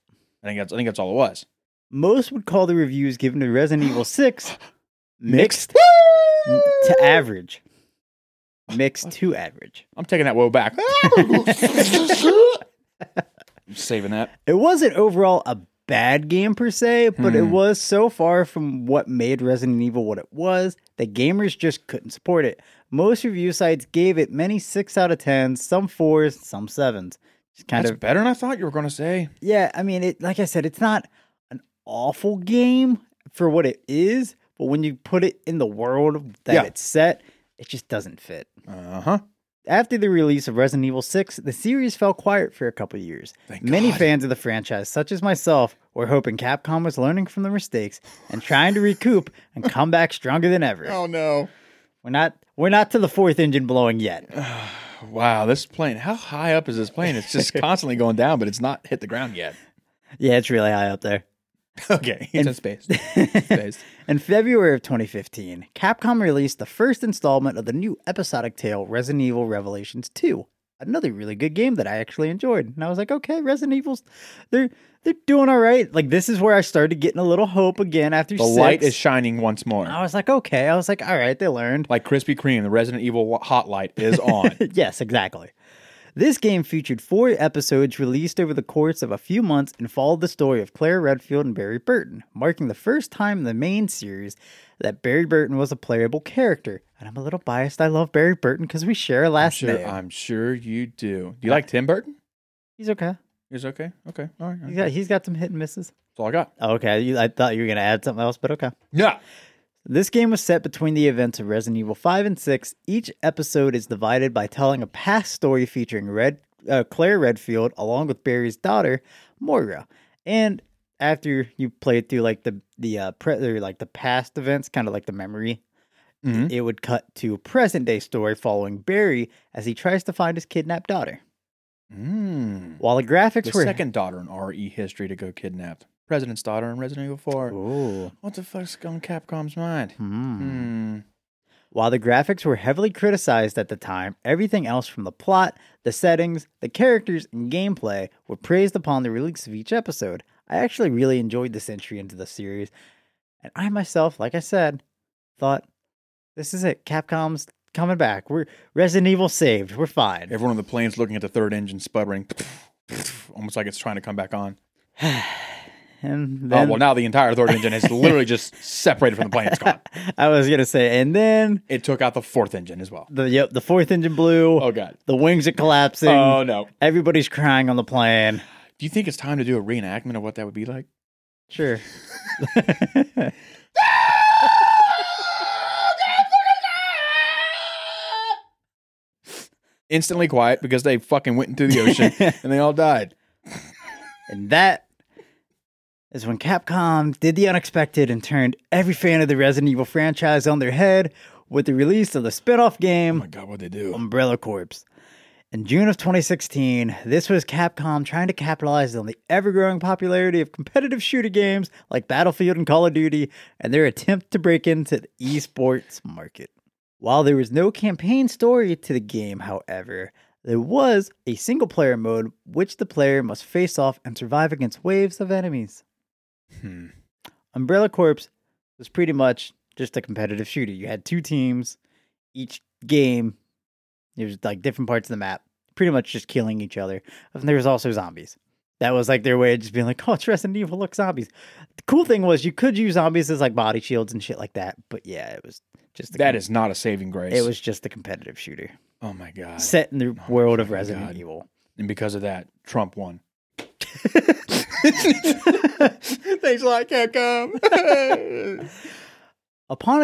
I think that's I think that's all it was. Most would call the reviews given to Resident Evil Six mixed Woo! to average. Mixed to average. I'm taking that woe back. I'm saving that. It wasn't overall a bad game per se, but it Hmm. was so far from what made Resident Evil what it was that gamers just couldn't support it. Most review sites gave it many six out of tens, some fours, some sevens. Just kind That's of better than I thought you were gonna say. yeah. I mean, it like I said, it's not an awful game for what it is, but when you put it in the world that Yeah. it's set, it just doesn't fit. Uh-huh. After the release of Resident Evil 6, the series fell quiet for a couple of years. Thank Many God. fans of the franchise, such as myself, were hoping Capcom was learning from the mistakes and trying to recoup and come back stronger than Oh. ever. no. We're not we're not to the fourth engine blowing yet. Wow, this plane, how high up is this plane? It's just constantly going down, but it's not hit the ground yet. Yeah, it's really high up there. Okay. He's in space. space. In February of 2015, Capcom released the first installment of the new episodic tale Resident Evil Revelations 2. Another really good game that I actually enjoyed. And I was like, okay, Resident Evil's they're they're doing all right. Like this is where I started getting a little hope again after The six. light is shining once more. I was like, okay. I was like, all right, they learned. Like Krispy Kreme, the Resident Evil hot light is on. yes, exactly. This game featured four episodes released over the course of a few months and followed the story of Claire Redfield and Barry Burton, marking the first time in the main series that Barry Burton was a playable character. And I'm a little biased. I love Barry Burton because we share a last sure, name. I'm sure you do. Do you like Tim Burton? he's okay. He's okay. Okay. All right. all right. He's got, he's got some hit and misses. That's all I got. Okay, you, I thought you were going to add something else, but okay. Yeah. This game was set between the events of Resident Evil 5 and 6. Each episode is divided by telling a past story featuring Red uh, Claire Redfield along with Barry's daughter, Moira. And after you played through like the the uh, pre- or, like the past events, kind of like the memory, Mhm. it would cut to a present day story following Barry as he tries to find his kidnapped daughter. Mm. While the graphics The were second daughter in RE history to go kidnapped. President's daughter in Resident Evil 4. Ooh. What the fuck's on Capcom's mind? Hmm. Hmm. While the graphics were heavily criticized at the time, everything else from the plot, the settings, the characters, and gameplay were praised upon the release of each episode. I actually really enjoyed this entry into the series, and I myself, like I said, thought, this is it. Capcom's coming back. We're Resident Evil saved. We're fine. Everyone on the plane's looking at the third engine sputtering. Almost like it's trying to come back on. And Oh, then well, now the entire third engine is literally just separated from the plane. It's gone. I was gonna say, and then It took out the fourth engine as well. the yep, the fourth engine blew. Oh, God. The wings are collapsing. Oh, no. Everybody's crying on the plane. Do you think it's time to do a reenactment of what that would be like? Sure. Instantly quiet because they fucking went into the ocean and they all died. And that is when Capcom did the unexpected and turned every fan of the Resident Evil franchise on their head with the release of the spin-off Oh game my god, what'd they do? Umbrella Corps. In June of 2016, this was Capcom trying to capitalize on the ever-growing popularity of competitive shooter games like Battlefield and Call of Duty and their attempt to break into the esports market. While there was no campaign story to the game, however, there was a single player mode which the player must face off and survive against waves of enemies. Hmm. Umbrella Corps was pretty much just a competitive shooter. You had two teams, each game, it was like different parts of the map, pretty much just killing each other. And there was also zombies. That was like their way of just being like, oh, it's Resident Evil, look, zombies. The cool thing was you could use zombies as like body shields and shit like that, but yeah, it was just That is not a saving grace. it was just a competitive shooter oh my god. set in the my world of fucking Resident God. Evil. And because of that, Trump won. Upon Thanks a lot, Capcom.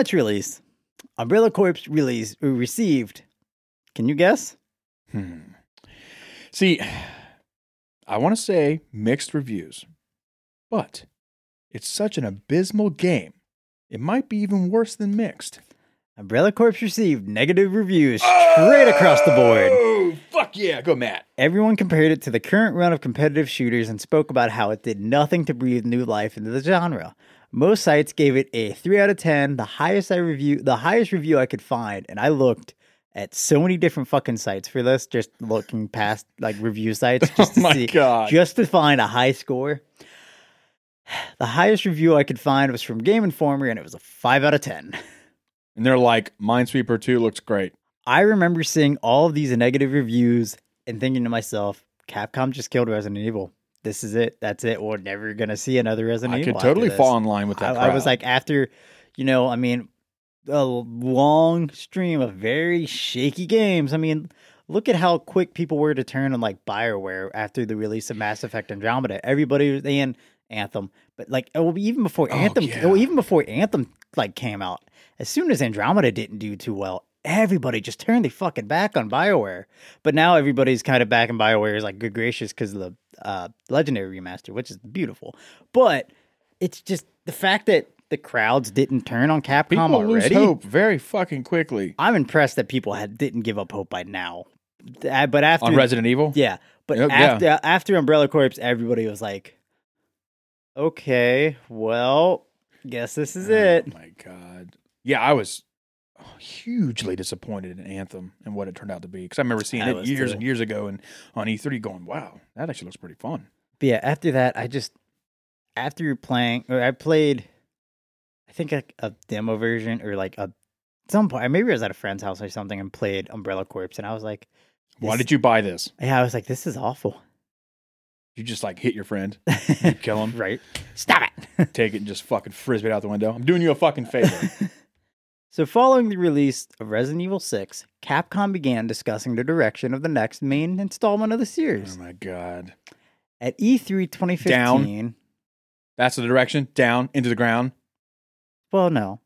its release, Umbrella Corps release uh, received. Can you guess? hmm. See, Hmm. I want to say mixed reviews, but it's such an abysmal game. It might be even worse than mixed. Umbrella Corpse received negative reviews straight across the board. Oh, fuck yeah. Go, Matt. Everyone compared it to the current run of competitive shooters and spoke about how it did nothing to breathe new life into the genre. Most sites gave it a 3 out of 10, the highest I review the highest review I could find, and I looked at so many different fucking sites for this, just looking past like review sites just to Oh my see God. just to find a high score. The highest review I could find was from Game Informer and it was a 5 out of 10. And they're like, Minesweeper 2 looks great. I remember seeing all of these negative reviews and thinking to myself, Capcom just killed Resident Evil. This is it. That's it. We're never going to see another Resident I Evil. could after totally this." fall in line with I, that. I was crowd. like, after, you know, I mean, a long stream of very shaky games. I mean, look at how quick people were to turn on like Bioware after the release of Mass Effect Andromeda. Everybody was in Anthem, but like oh, even before Oh, Anthem, yeah. oh, even before Anthem like came out, as soon as Andromeda didn't do too well. Everybody just turned their fucking back on Bioware, but now everybody's kind of back in Bioware is like good gracious because of the uh, Legendary remaster, which is beautiful. But it's just the fact that the crowds didn't turn on Capcom people lose already. hope very fucking quickly I'm impressed that people had didn't give up hope by now. Th- But after on Resident Evil. yeah, but Yep, yeah. after uh, after Umbrella Corpse, everybody was like, "Okay, well, guess this is it." Oh my god. Yeah, I was oh, hugely disappointed in Anthem and what it turned out to be because I remember seeing I it was years too. and years ago and on E3 going, "Wow, that actually looks pretty fun." But yeah, after that, I just after playing, or I played, I think a, a demo version or like a some point. Maybe I was at a friend's house or something and played Umbrella Corpse, and I was like, Why This- did you buy this? "Yeah," I was like, "This is awful." You just like hit your friend, kill him, right? Stop it. take it, and just fucking frisbee it out the window. I'm doing you a fucking favor. So, following the release of Resident Evil 6, Capcom began discussing the direction of the next main installment of the oh series. my god. At E E3 2015, That's the direction down into the ground. well, no,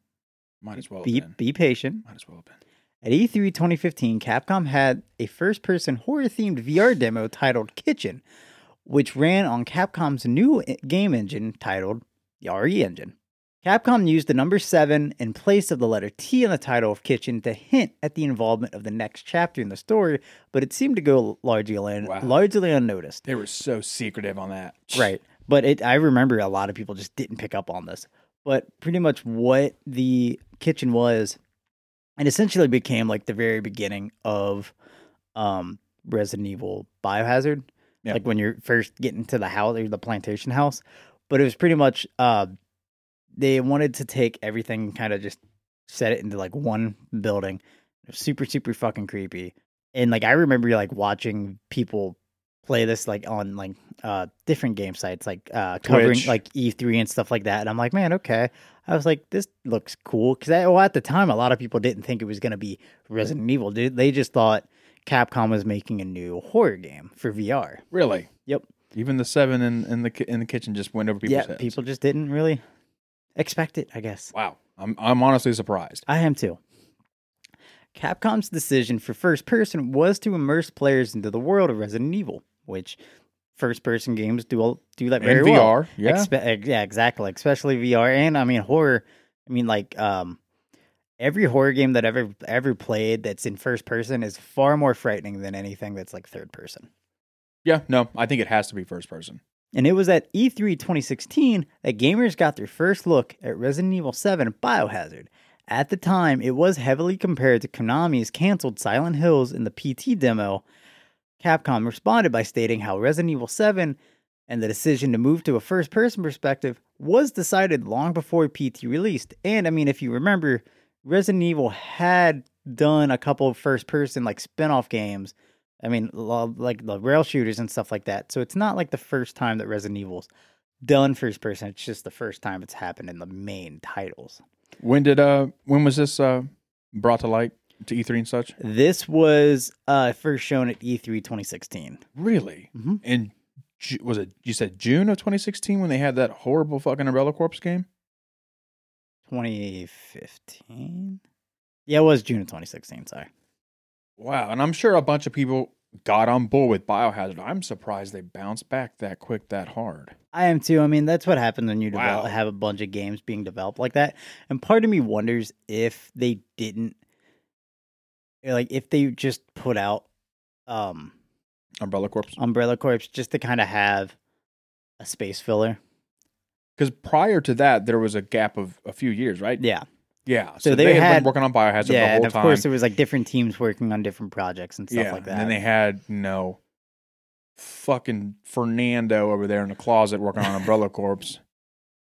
Might as well. Have be, been. be patient. Might as well have been. At E E3 2015, Capcom had a first person horror themed VR demo titled Kitchen, which ran on Capcom's new e- game engine titled the RE Engine. Capcom used the number 7 in place of the letter T in the title of Kitchen to hint at the involvement of the next chapter in the story, but it seemed to go largely, un- Wow. largely unnoticed. They were so secretive on that. Right. But it, I remember a lot of people just didn't pick up on this. But pretty much what the kitchen was, it essentially became like the very beginning of um, Resident Evil Biohazard. Yeah. Like when you're first getting to the house or the plantation house. But it was pretty much uh, they wanted to take everything and kind of just set it into like one building. It was super, super fucking creepy. And like I remember like watching people play this like on like uh different game sites like uh covering Twitch. like E3 and stuff like that. And I'm like, man, okay. I was like, this looks cool because well, at the time a lot of people didn't think it was going to be Resident Evil. They they just thought Capcom was making a new horror game for VR. Really. Yep. Even the seven in, in the ki- in the kitchen just went over people's yeah, heads. people just didn't really expect it, I guess. Wow. I'm I'm honestly surprised. I am too. Capcom's decision for first person was to immerse players into the world of Resident Evil, which first person games do all- do that very And well. VR. Yeah. Expe- ex- yeah, exactly. Especially VR, and I mean horror. I mean, like um, every horror game that I've ever ever played that's in first person is far more frightening than anything that's like third person. Yeah, no, I think it has to be first person. And it was at E E3 2016 that gamers got their first look at Resident Evil 7 Biohazard. At the time, it was heavily compared to Konami's canceled Silent Hills in the PT demo. Capcom responded by stating how Resident Evil 7 and the decision to move to a first person perspective was decided long before PT released. And I mean, if you remember, Resident Evil had done a couple of first person like spin off games. I mean, lo- like the rail shooters and stuff like that. So it's not like the first time that Resident Evil's done first person. It's just the first time it's happened in the main titles. When did uh when was this uh brought to light to E3 and such? This was uh, first shown at E3 2016. Really? Mhm. And was it you said June of 2016 when they had that horrible fucking Umbrella Corpse game? 2015? Yeah, it was June of 2016. Sorry. Wow, and I'm sure a bunch of people got on board with Biohazard. I'm surprised they bounced back that quick, that hard. I am too. I mean, that's what happens when you Wow. develop, have a bunch of games being developed like that. And part of me wonders if they didn't, like, if they just put out um Umbrella Corps. Umbrella Corps just to kind of have a space filler. Because prior to that, there was a gap of a few years, right? Yeah. Yeah. So they been had- working on Biohazard yeah. the whole and of time. course, there was like different teams working on different projects and stuff like that. And then they had no fucking Fernando over there in the closet working on Umbrella Corps.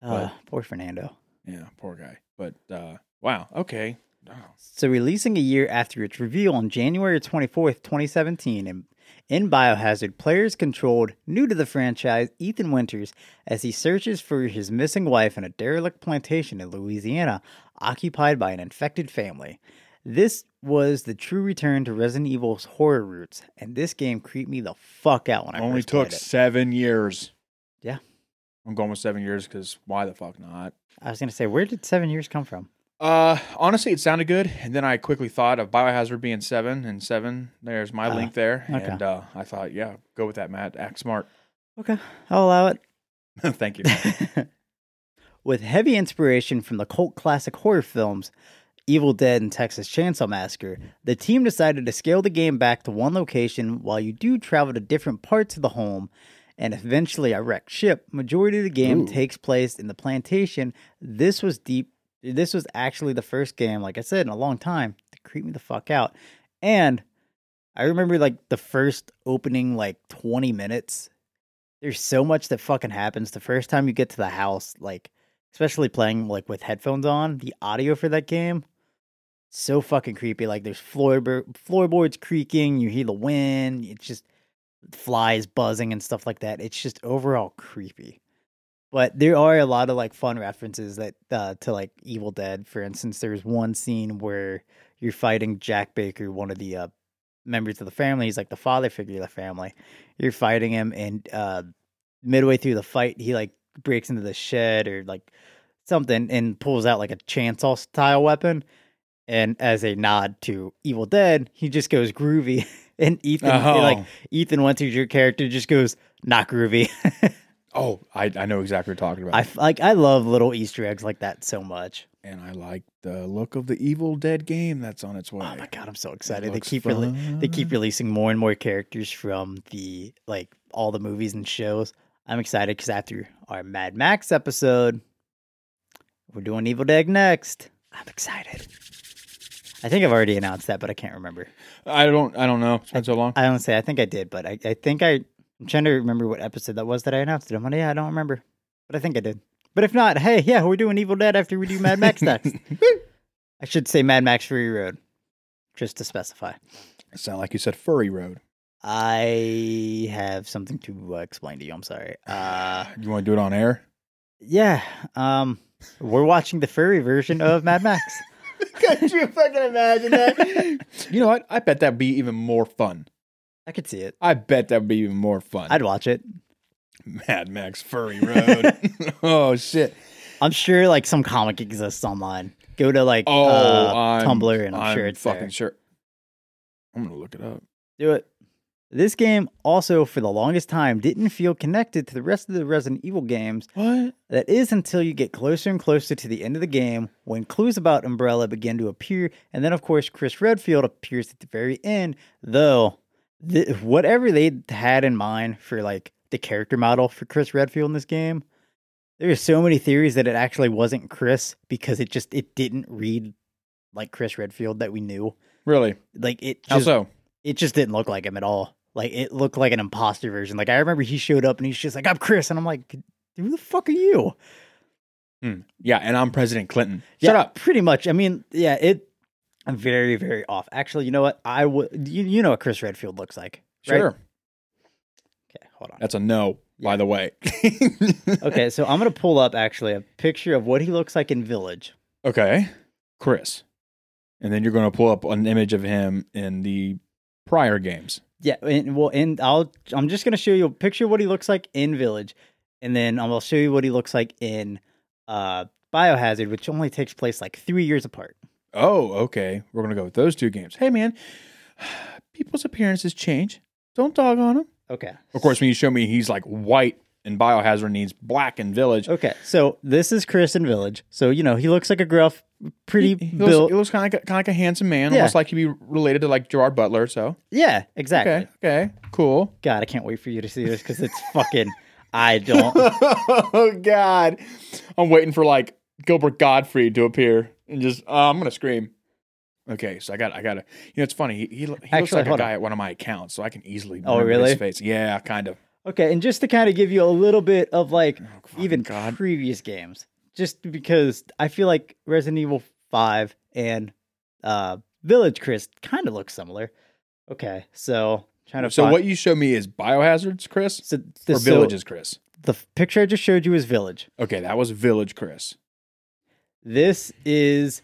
Ugh, poor Fernando. Yeah, poor guy. But uh, wow, okay. Wow. So, releasing a year after its reveal on January 24th, 2017, in, in Biohazard, players controlled new to the franchise Ethan Winters as he searches for his missing wife in a derelict plantation in Louisiana occupied by an infected family. This was the true return to Resident Evil's horror roots, and this game creeped me the fuck out when I Only first played took it. seven years. Yeah. I'm going with seven years because why the fuck not? I was gonna say, where did seven years come from? Uh, honestly, it sounded good, and then I quickly thought of Biohazard being seven and seven. There's my Ah, link there, okay. and uh, I thought, yeah, go with that, Matt. Act smart. Okay, I'll allow it. Thank you. With heavy inspiration from the cult classic horror films Evil Dead and Texas Chainsaw Massacre, the team decided to scale the game back to one location while you do travel to different parts of the home and eventually a wrecked ship. Majority of the game Ooh. takes place in the plantation. This was deep this was actually the first game, like I said, in a long time to creep me the fuck out. And I remember like the first opening like 20 minutes. There's so much that fucking happens the first time you get to the house, like especially playing like with headphones on, the audio for that game so fucking creepy. Like there's floorboard floorboards creaking, you hear the wind, it's just flies buzzing and stuff like that. It's just overall creepy. But there are a lot of like fun references that uh, to like Evil Dead. For instance, there's one scene where you're fighting Jack Baker, one of the uh, members of the family. He's like the father figure of the family. You're fighting him, and uh, midway through the fight, he like breaks into the shed or like something and pulls out like a chainsaw style weapon. And as a nod to Evil Dead, he just goes groovy, and Ethan Oh. like Ethan Winters, your character just goes not groovy. oh, I, I know exactly what you're talking about. I f- like I love little Easter eggs like that so much. and I like the look of the Evil Dead game that's on its way. Oh my god, I'm so excited! They looks keep rele- they keep fun. releasing more and more characters from the like all the movies and shows. I'm excited because after our Mad Max episode, we're doing Evil Dead next. I'm excited. I think I've already announced that, but I can't remember. I don't I don't know. It's been so long. I honestly, I think I did, but I, I think I, I'm trying to remember what episode that was that I announced it. I'm like, yeah, I don't remember, but I think I did. But if not, hey, yeah, we're doing Evil Dead after we do Mad Max next. I should say Mad Max Fury Road, just to specify. Sound like you said Furry Road. I have something to uh, explain to you. I'm sorry. Uh, you want to do it on air? yeah, um, we're watching the furry version of Mad Max. Could you fucking imagine that? you know what? I bet that'd be even more fun. I could see it. I bet that'd be even more fun. I'd watch it. Mad Max Furry Road. oh Uh, shit! I'm sure like some comic exists online. Go to like Oh, uh, I'm- Tumblr, and I'm, sure it's there. fucking sure. I'm gonna look it up. Do it. This game also, for the longest time, didn't feel connected to the rest of the Resident Evil games. What? That is until you get closer and closer to the end of the game when clues about Umbrella begin to appear. And then, of course, Chris Redfield appears at the very end, though, th- whatever they had in mind for like the character model for Chris Redfield in this game. There are so many theories that it actually wasn't Chris because it just it didn't read like Chris Redfield that we knew. Really? Like it How just so? it just didn't look like him at all. Like it looked like an imposter version. Like I remember he showed up and he's just like, "I'm Chris," and I'm like, "Who the fuck are you?" Hmm. Yeah, and I'm President Clinton. Yeah, Shut up. Pretty much. I mean, yeah, it. I'm very, very off. Actually, you know what? I would. You, you know what Chris Redfield looks like? right? Sure. Okay, hold on. That's a no. By the way. Okay, so I'm gonna pull up actually a picture of what he looks like in Village. Okay. Chris. And then you're going to pull up an image of him in the prior games. Yeah, and well, and I'll. I'm just gonna show you a picture of what he looks like in Village, and then I'll show you what he looks like in uh, Biohazard, which only takes place like three years apart. Oh, okay. We're going to go with those two games. Hey, man. People's appearances change. Don't dog on him. Okay. Of course, when you show me he's like white in Biohazard and he's black in Village, Okay. So this is Chris in Village. So you know he looks like a gruff, pretty he looks, built. he looks kind of like, kind of like a handsome man, Yeah. almost like he'd be related to like Gerard Butler. So yeah, exactly. okay, okay, cool. God, I can't wait for you to see this because it's fucking. I don't. oh God, I'm waiting for like Gilbert Godfrey to appear and just uh, I'm gonna scream. Okay, so I got I got to you know it's funny he he, lo- he looks Actually, like a hold on. guy at one of my accounts, so I can easily Oh, remember really? his face. Yeah, kind of. Oh, Okay, and just to kind of give you a little bit of like fucking even God. previous games, just because I feel like Resident Evil Five and uh Village Chris kind of look similar. Okay, so trying to So find- what you show me is Biohazards, Chris, so the, or so Villages, Chris. the f- picture I just showed you is Village. Okay, that was Village, Chris. This is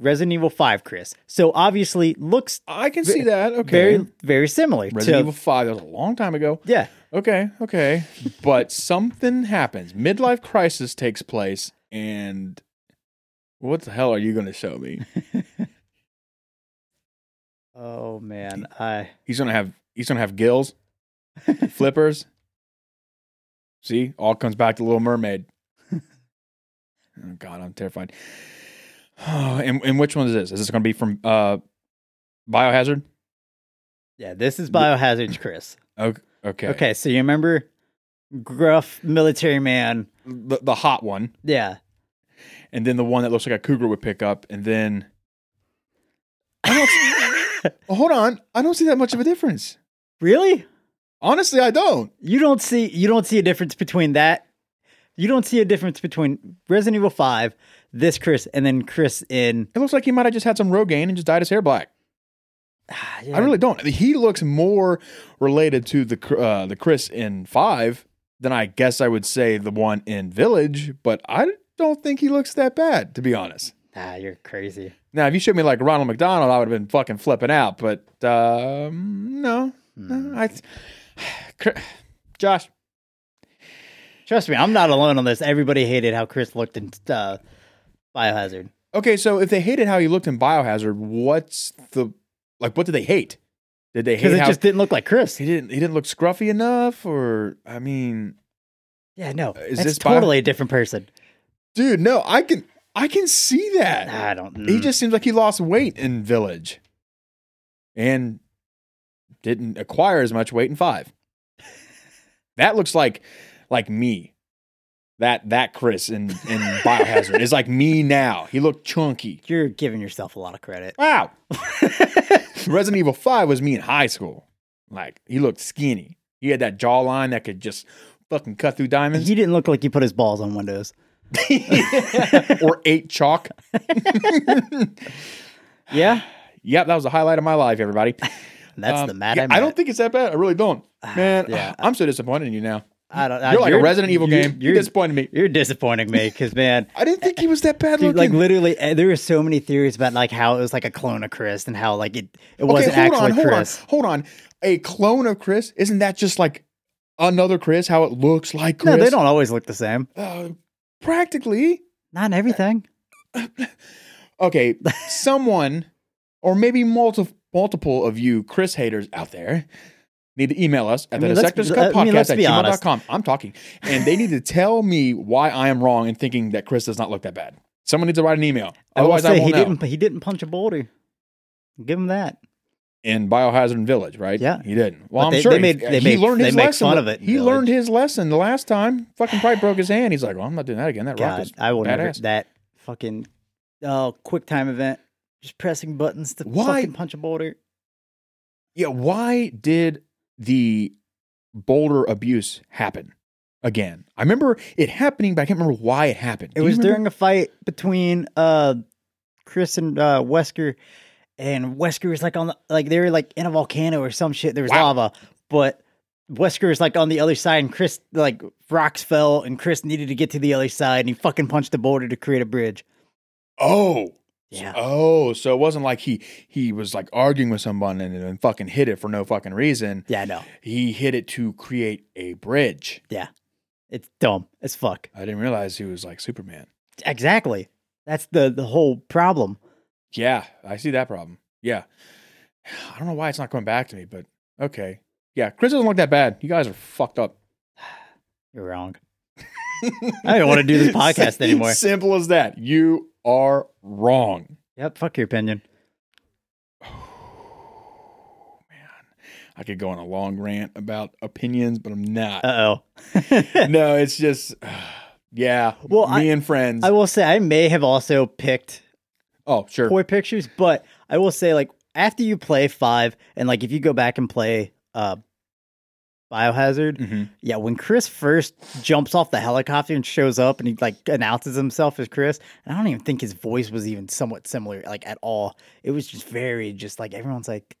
Resident Evil Five Chris. So obviously looks I can Ve- see that. Okay, very very similar Resident to Evil Five. That was a long time ago. yeah. Okay, okay, but something happens. Midlife crisis takes place, and what the hell are you going to show me? Oh man, I He's gonna have he's gonna have gills, flippers. See, all comes back to Little Mermaid. oh God, I'm terrified. and and which one is this? Is this gonna be from uh, Biohazard? yeah. This is Biohazard Chris. Okay, okay. Okay, so you remember gruff military man? The the hot one, Yeah. and then the one that looks like a cougar would pick up, and then. Oh, hold on, I don't see that much of a difference. really? Honestly, I don't. You don't see you don't see a difference between that. You don't see a difference between Resident Evil 5, this Chris, and then Chris in It looks like he might have just had some Rogaine and just dyed his hair black. I really don't. He looks more related to the Cr- uh, the Chris in Five than I guess I would say the one in Village, but I don't think he looks that bad to be honest. Ah, you're crazy. Now, if you showed me like Ronald McDonald, I would have been fucking flipping out. But um, no, Hmm. no, I. Cr- Josh, Trust me, I'm not alone on this. Everybody hated how Chris looked in uh, Biohazard. okay, so if they hated how he looked in Biohazard, what's the like? What did they hate? Did they Because hate it how just didn't look like Chris. he didn't? He didn't look scruffy enough, or I mean, Yeah, no. Uh, Is that's this Bio- totally a different person. dude, no, I can I can see that. I don't know. He just seems like he lost weight in Village and didn't acquire as much weight in 5. That looks like like me. That that Chris in in Biohazard is like me now. He looked chunky. You're giving yourself a lot of credit. Wow. Resident Evil 5 was me in high school. Like he looked skinny. He had that jawline that could just fucking cut through diamonds He didn't look like he put his balls on windows. or ate chalk. Yeah? Yep, that was the highlight of my life, everybody. That's Um, the mad yeah, I, I met. don't think it's that bad. I really don't. Man, yeah. I'm so disappointed in you now. I don't. I- You're like a Resident Evil you're- game. You You're, disappointed me. you're disappointing me because man, I didn't think he was that bad dude, like looking. literally, eh, there were so many theories about like how it was like a clone of Chris and how like it it okay, wasn't hold on, actually hold Chris. on, hold on. A clone of Chris? Isn't that just like another Chris? How it looks like Chris? No, they don't always look the same. Uh, practically. Not in everything. Okay, someone, or maybe multiple multiple of you Chris haters out there. Need to email us at I mean, the let's- Dissectors I Cut mean, let's Podcast at be honest. gmail.com. I'm talking. And they need to tell me why I am wrong in thinking that Chris does not look that bad. Someone needs to write an email. I will Otherwise, I, say won't he know. didn't. He didn't punch a boulder. Give him that. in Biohazard Village, right? Yeah. he didn't. Well, But I'm they- sure they he- made- he, they make- learned they his make lesson. fun of it in He Village. learned his lesson the last time. Fucking probably broke his hand. He's like, well, I'm not doing that again. That rock God, is I will never badass. that fucking oh quick time event. Just pressing buttons to Why- fucking punch a boulder. Yeah, why did the Boulder abuse happen again? I remember it happening, but I can't remember why it happened. Do It you was remember? during a fight between uh Chris and uh Wesker and Wesker was like on the, like they were like in a volcano or some shit. There was Wow. lava, but Wesker was like on the other side and Chris like rocks fell and Chris needed to get to the other side and he fucking punched a boulder to create a bridge. Oh. Yeah. Oh, so it wasn't like he he was like arguing with someone and then fucking hit it for no fucking reason. Yeah, I know. He hit it to create a bridge. It's dumb as fuck. I didn't realize he was like Superman. Exactly. That's the the whole problem. Yeah, I see that problem. Yeah. I don't know why it's not coming back to me, but okay. Yeah, Chris doesn't look that bad. You guys are fucked up. You're wrong. I don't want to do this podcast anymore. Simple as that. You are wrong. Yep, fuck your opinion. I could go on a long rant about opinions, but I'm not. Uh oh. no, it's just, yeah. Well, me and friends. I will say I may have also picked oh, sure. poor pictures, but I will say like after you play five and like if you go back and play uh Biohazard, Mhm. yeah, when Chris first jumps off the helicopter and shows up and he like announces himself as Chris, and I don't even think his voice was even somewhat similar, like at all. It was just very just like everyone's like,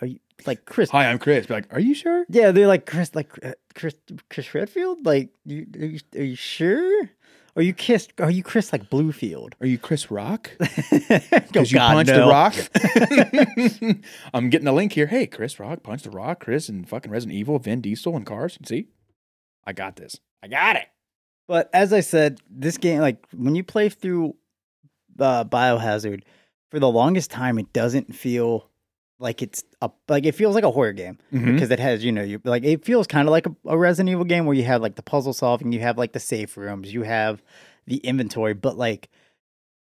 Are you like Chris? Hi, I'm Chris. Be like, are you sure? Yeah, they're like Chris, like uh, Chris, Chris Redfield. Like, you, are you are you sure? Are you kissed? Are you Chris like Bluefield? Are you Chris Rock? Because Because you punched the rock. I'm getting a link here. Hey, Chris Rock punched the rock. Chris and fucking Resident Evil, Vin Diesel, and Cars. See, I got this. I got it. But as I said, this game, like when you play through uh, Biohazard, for the longest time, it doesn't feel like it's a like it feels like a horror game Mhm. because it has you know you like it feels kind of like a, a Resident Evil game where you have like the puzzle solving, you have like the safe rooms, you have the inventory, but like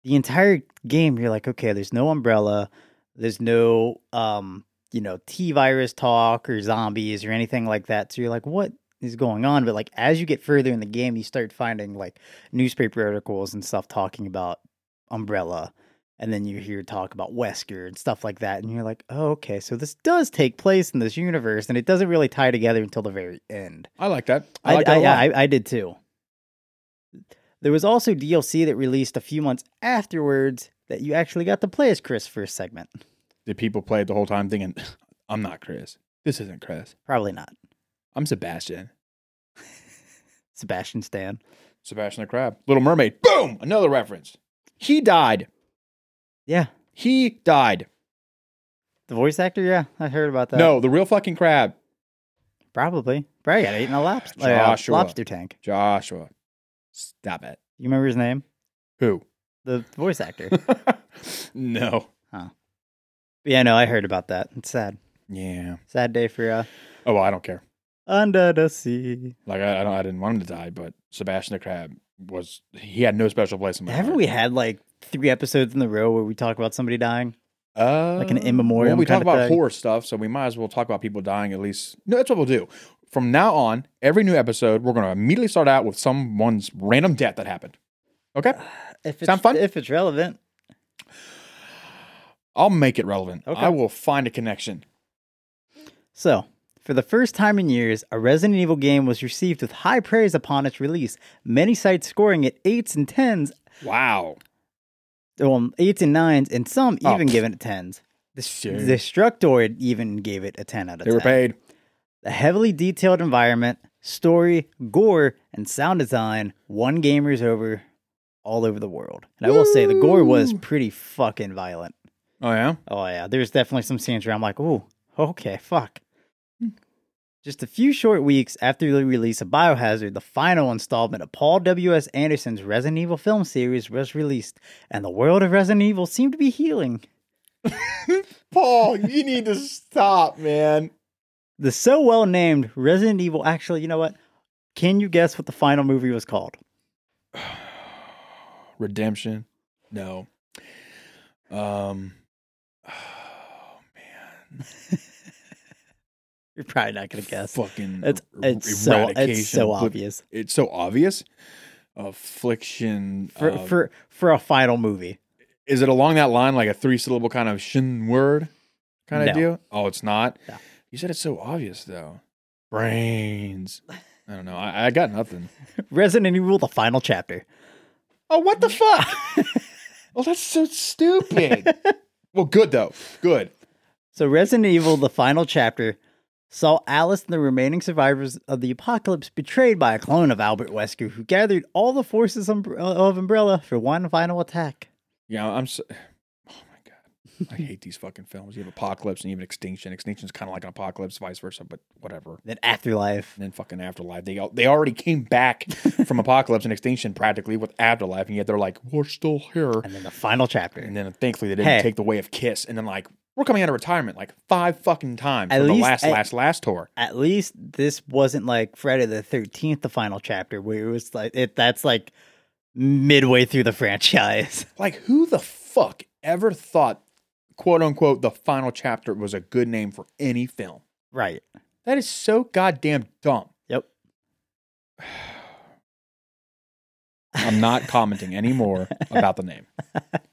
the entire game, you're like, okay, there's no umbrella, there's no um you know T virus talk or zombies or anything like that. So you're like, what is going on? But like as you get further in the game, you start finding like newspaper articles and stuff talking about umbrella. And then you hear talk about Wesker and stuff like that. And you're like, oh, okay, so this does take place in this universe. And it doesn't really tie together until the very end. I like that. Oh, I I, like I, that a lot. yeah, I, I did too. There was also DLC that released a few months afterwards that you actually got to play as Chris for a segment. Did people play it the whole time thinking, I'm not Chris. This isn't Chris. Probably not. I'm Sebastian. Sebastian Stan. Sebastian the Crab. Little Mermaid. Boom! Another reference. He died. Yeah. He died. The voice actor, yeah. I heard about that. no, the real fucking crab. Probably. Probably got eaten a lobster, Joshua. lobster tank. Joshua. Stop it. You remember his name? Who? The voice actor. no. yeah, no, I heard about that. It's sad. Yeah. Sad day for uh Oh, well, I don't care. Under the Sea. Like I, I don't, I didn't want him to die, but Sebastian the Crab was he had no special place in my Haven't heart. we had like three episodes in the row where we talk about somebody dying? Uh, an in memoriam Well, we talk kinda about thing? horror stuff, so we might as well talk about people dying at least. No, that's what we'll do. From now on, every new episode, we're going to immediately start out with someone's random death that happened. Okay, If it's Sound fun? if it's relevant. I'll make it relevant. Okay. I will find a connection. So, for the first time in years, a Resident Evil game was received with high praise upon its release, many sites scoring it eights and tens, Wow. well, eights and nines, and some Oh, even pfft. giving it tens. Sure. Destructoid even gave it a 10 out of They 10. were paid. The heavily detailed environment, story, gore, and sound design won gamers over all over the world. And I will say the gore was Woo! pretty fucking violent. Oh yeah. Oh yeah, there's definitely some scenes where I'm like, "Ooh, okay, fuck." Hmm. Just a few short weeks after the release of Biohazard, the final installment of Paul W.S. Anderson's Resident Evil film series was released, and the world of Resident Evil seemed to be healing. Paul, you need to stop, man. The so well named Resident Evil, actually, you know what? Can you guess what the final movie was called? Redemption. No. Um. Oh man. You're probably not gonna guess. Fucking. It's er- it's so it's eradication, so obliv- obvious It's so obvious. Affliction. for uh, for for a final movie. is it along that line, like a three syllable kind of shin word kind No. of deal? Oh, it's not. No. You said it's so obvious though. Brains. I don't know. I, I got nothing. Resident Evil: The Final Chapter. Oh, what the fuck? well, that's so stupid. well, good though. Good. So Resident Evil: The Final Chapter saw Alice and the remaining survivors of the apocalypse betrayed by a clone of Albert Wesker, who gathered all the forces umbre- of Umbrella for one final attack. Yeah, I'm. So, oh my god, I hate these fucking films. You have apocalypse and even extinction. Extinction's kind of like an apocalypse, vice versa, but whatever. Then Afterlife. And then fucking afterlife. They al- they already came back from apocalypse and extinction practically with afterlife, and yet they're like we're still here. And then the final chapter. And then thankfully they didn't Hey. take the way of kiss. And then like We're coming out of retirement like five fucking times At from the least last, I- last, last tour. At least this wasn't like Friday the Thirteenth, the final chapter, where it was like it. That's like midway through the franchise. Like, who the fuck ever thought, quote unquote, the final chapter was a good name for any film? right. That is so goddamn dumb. Yep. I'm not commenting anymore about the name.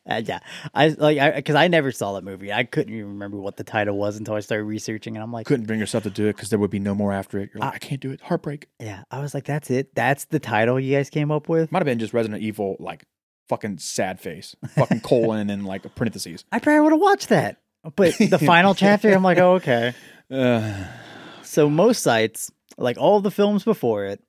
Uh, yeah, I like I because I never saw that movie. I couldn't even remember what the title was until I started researching, and I'm like, Couldn't bring yourself to do it because there would be no more after it. You're Ah. like, I can't do it. Heartbreak. yeah, I was like, that's it. That's the title you guys came up with. Might have been just Resident Evil, like fucking sad face, fucking colon, and like parentheses. I probably would have watched that. But the final chapter, I'm like, oh, okay. Uh, So most sites, like all the films before it,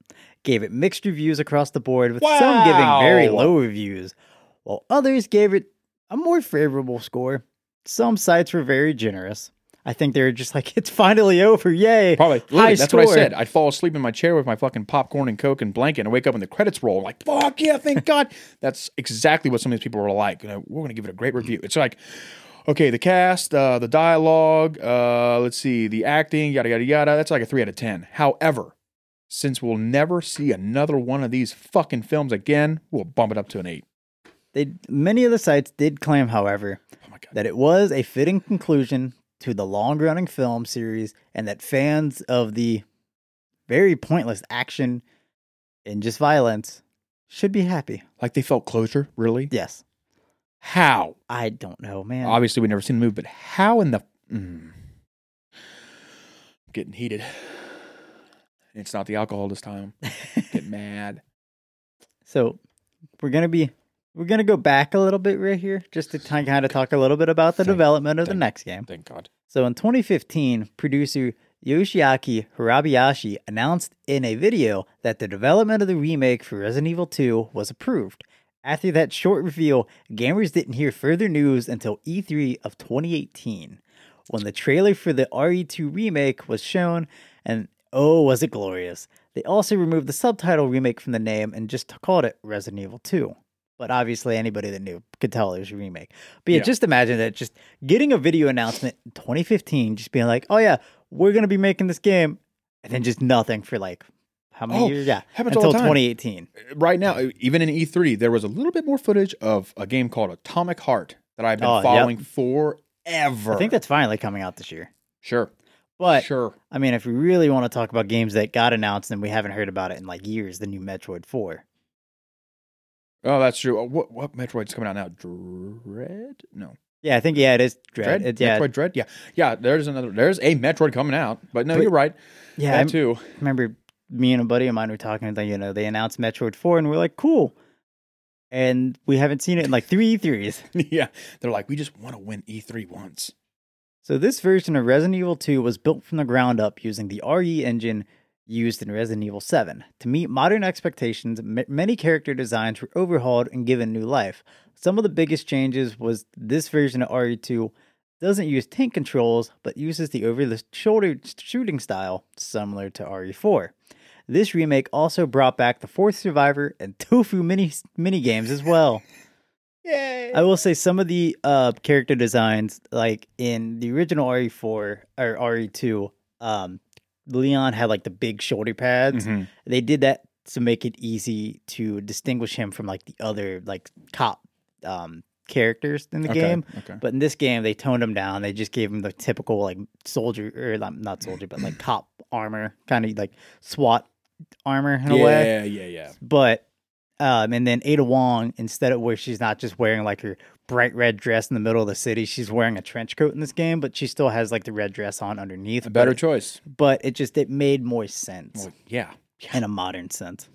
gave it mixed reviews across the board, with some giving very Wow. low reviews, while others gave it a more favorable score. Some sites were very generous. I think they were just like, it's finally over, yay! probably. High Literally, that's what I score. said. I'd fall asleep in my chair with my fucking popcorn and coke and blanket, and wake up and the credits roll. I'm like, fuck yeah, thank God. That's exactly what some of these people were like. You know, we're gonna give it a great review. It's like, okay, the cast, uh, the dialogue, uh, let's see, the acting, yada yada yada. That's like a three out of ten. However, since we'll never see another one of these fucking films again, we'll bump it up to an eight. They many of the sites did claim, however, Oh my god. that it was a fitting conclusion to the long running film series and that fans of the very pointless action and just violence should be happy. Like they felt closure, really? Yes. How? I don't know, man. Obviously, we never seen the movie, but how in the mm. getting heated? It's not the alcohol this time. Get mad. so we're going to be. We're gonna go back a little bit right here, just to kind of talk a little bit about the Thank- development of the thank- next game. Thank God. So in 2015, producer Yoshiaki Hirabayashi announced in a video that the development of the remake for Resident Evil 2 was approved. After that short reveal, gamers didn't hear further news until E3 of 2018, when the trailer for the RE2 remake was shown, and oh, was it glorious! They also removed the subtitle remake from the name and just called it Resident Evil 2. But obviously, anybody that knew could tell it was a remake. But yeah, Yeah. just imagine that just getting a video announcement in 2015, just being like, oh, yeah, we're going to be making this game. And then just nothing for like how many Oh, years? Yeah. happens all until the time. 2018. Right now, e, even in E3, there was a little bit more footage of a game called Atomic Heart that I've been Oh, yep. following forever. I think that's finally coming out this year. sure, But sure. I mean, if we really want to talk about games that got announced and we haven't heard about it in like years, the new Metroid 4. Oh, that's true. Uh, What what Metroid's coming out now? Dread? No, Yeah, I think, yeah, it is Dread. Dread. It- yeah, Metroid Dread. Yeah, yeah. There's another. There's a Metroid coming out, but no, But- you're right. yeah, that I'm- too. remember me and a buddy of mine were talking and you know they announced Metroid Four and we're like cool, and we haven't seen it in like three E3s. yeah, they're like, we just want to win E3 once. So this version of Resident Evil Two was built from the ground up using the RE engine used in Resident Evil Seven. To meet modern expectations, m- many character designs were overhauled and given new life. Some of the biggest changes was this version of RE two. Doesn't use tank controls, but uses the over the shoulder shooting style similar to RE4. This remake also brought back the fourth survivor and tofu mini mini games as well. Yay! I will say some of the uh, character designs, like in the original RE4 or RE2, um, Leon had like the big shoulder pads. Mhm. They did that to make it easy to distinguish him from like the other like cop um, characters in the Okay, game. Okay. But in this game, they toned him down. They just gave him the typical like soldier or not, not soldier, but like cop armor, kind of like SWAT armor in a way. yeah, yeah, yeah. But um, and then Ada Wong, instead of where she's not just wearing like her bright red dress in the middle of the city, she's wearing a trench coat in this game, but she still has like the red dress on underneath. A better but, choice. but it just it made more sense Well, yeah. in a modern sense.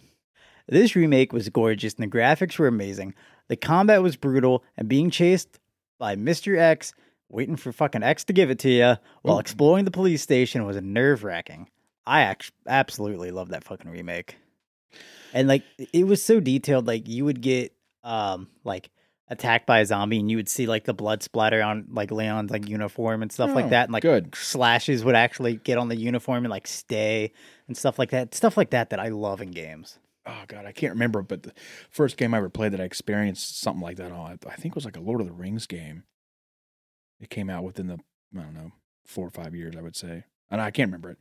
This remake was gorgeous and the graphics were amazing. The combat was brutal and being chased by Mr. X, waiting for fucking X to give it to you while Ooh. exploring the police station was nerve wracking. I act- absolutely love that fucking remake. And like it was so detailed, like you would get um like attacked by a zombie and you would see like the blood splatter on like Leon's like uniform and stuff Oh, like that. And like good. slashes would actually get on the uniform and like stay and stuff like that. Stuff like that that I love in games. Oh god, I can't remember, but the first game I ever played that I experienced something like that on, I think it was like a Lord of the Rings game. It came out within the I don't know four or five years, I would say. And I can't remember it,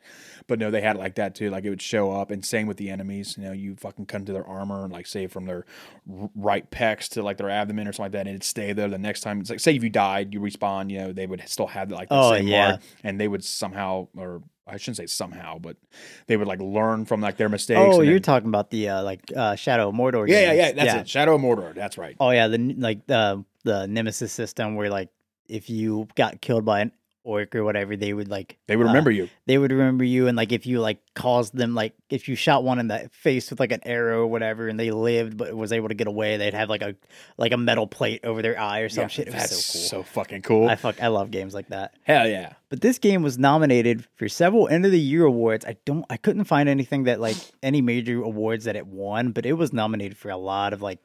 but no, they had it like that too. Like it would show up and same with the enemies. You know, you fucking cut into their armor and like say from their r- right pecs to like their abdomen or something like that, and it'd stay there. The next time, it's like say if you died, you respawn. You know, they would still have like the Oh, same yeah. mark, and they would somehow, or I shouldn't say somehow, but they would like learn from like their mistakes. Oh, and you're then- talking about the uh, like uh, Shadow of Mordor. yeah, yeah, yeah. games. That's it. Shadow of Mordor. That's right. Oh yeah, the n- like the the Nemesis system where like if you got killed by an orc or whatever, they would like They would uh, remember you. they would remember you and like if you like caused them like if you shot one in the face with like an arrow or whatever and they lived but was able to get away they'd have like a like a metal plate over their eye or some Yeah, shit it was that's so cool so fucking cool. i fuck i love games like that Hell yeah. but this game was nominated for several end of the year awards i don't i couldn't find anything that like any major awards that it won but it was nominated for a lot of like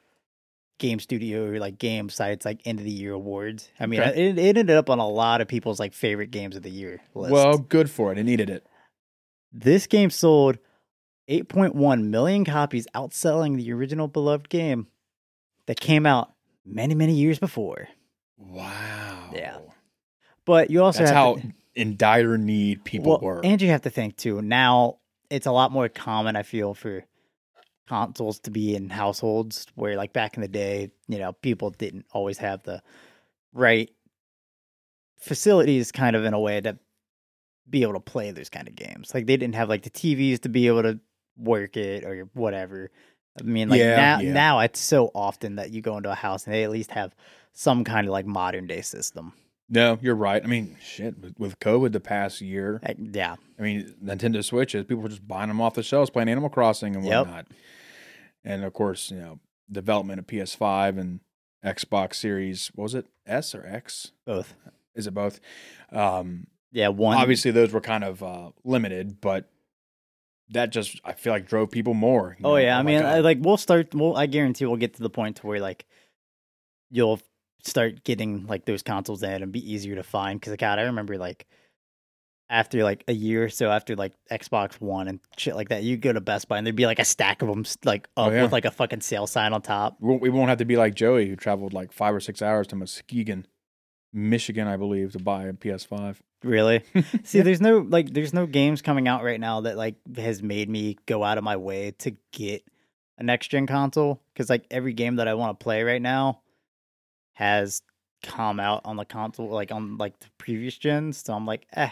game studio or like game sites like end of the year awards i mean Okay. it, it ended up on a lot of people's like favorite games of the year lists. Well, good for it. It needed it. This game sold 8.1 million copies, outselling the original beloved game that came out many, many years before. Wow. Yeah. But you also That's have how to, in dire need people well, were. and you have to think too. Now it's a lot more common, I feel, for consoles to be in households where, like back in the day, you know, people didn't always have the right facilities, kind of in a way to be able to play those kind of games. Like they didn't have like the TVs to be able to work it or whatever. I mean, like Yeah, now, yeah. now it's so often that you go into a house and they at least have some kind of like modern day system. no, you're right. I mean, shit, with, with COVID the past year, Like, yeah, I mean, Nintendo Switches, people were just buying them off the shelves, playing Animal Crossing and Yep. whatnot. And of course, you know, development of PS5 and Xbox Series, what was it S or X? both. Is it both? Um, Yeah, one obviously those were kind of uh, limited, but that just I feel like drove people more. you Oh know? yeah, I my mean, God. I, like we'll start. We'll, I guarantee we'll get to the point to where like you'll start getting like those consoles in and be easier to find. Because God, I remember like after like a year or so after like Xbox One and shit like that, you go to Best Buy and there'd be like a stack of them like Oh, up yeah. with like a fucking sale sign on top. we won't, we won't have to be like Joey who traveled like five or six hours to Muskegon, Michigan, I believe, to buy a PS5. Really? See, there's no like there's no games coming out right now that like has made me go out of my way to get a next gen console cuz like every game that I want to play right now has come out on the console like on like the previous gens, so I'm like, "Eh,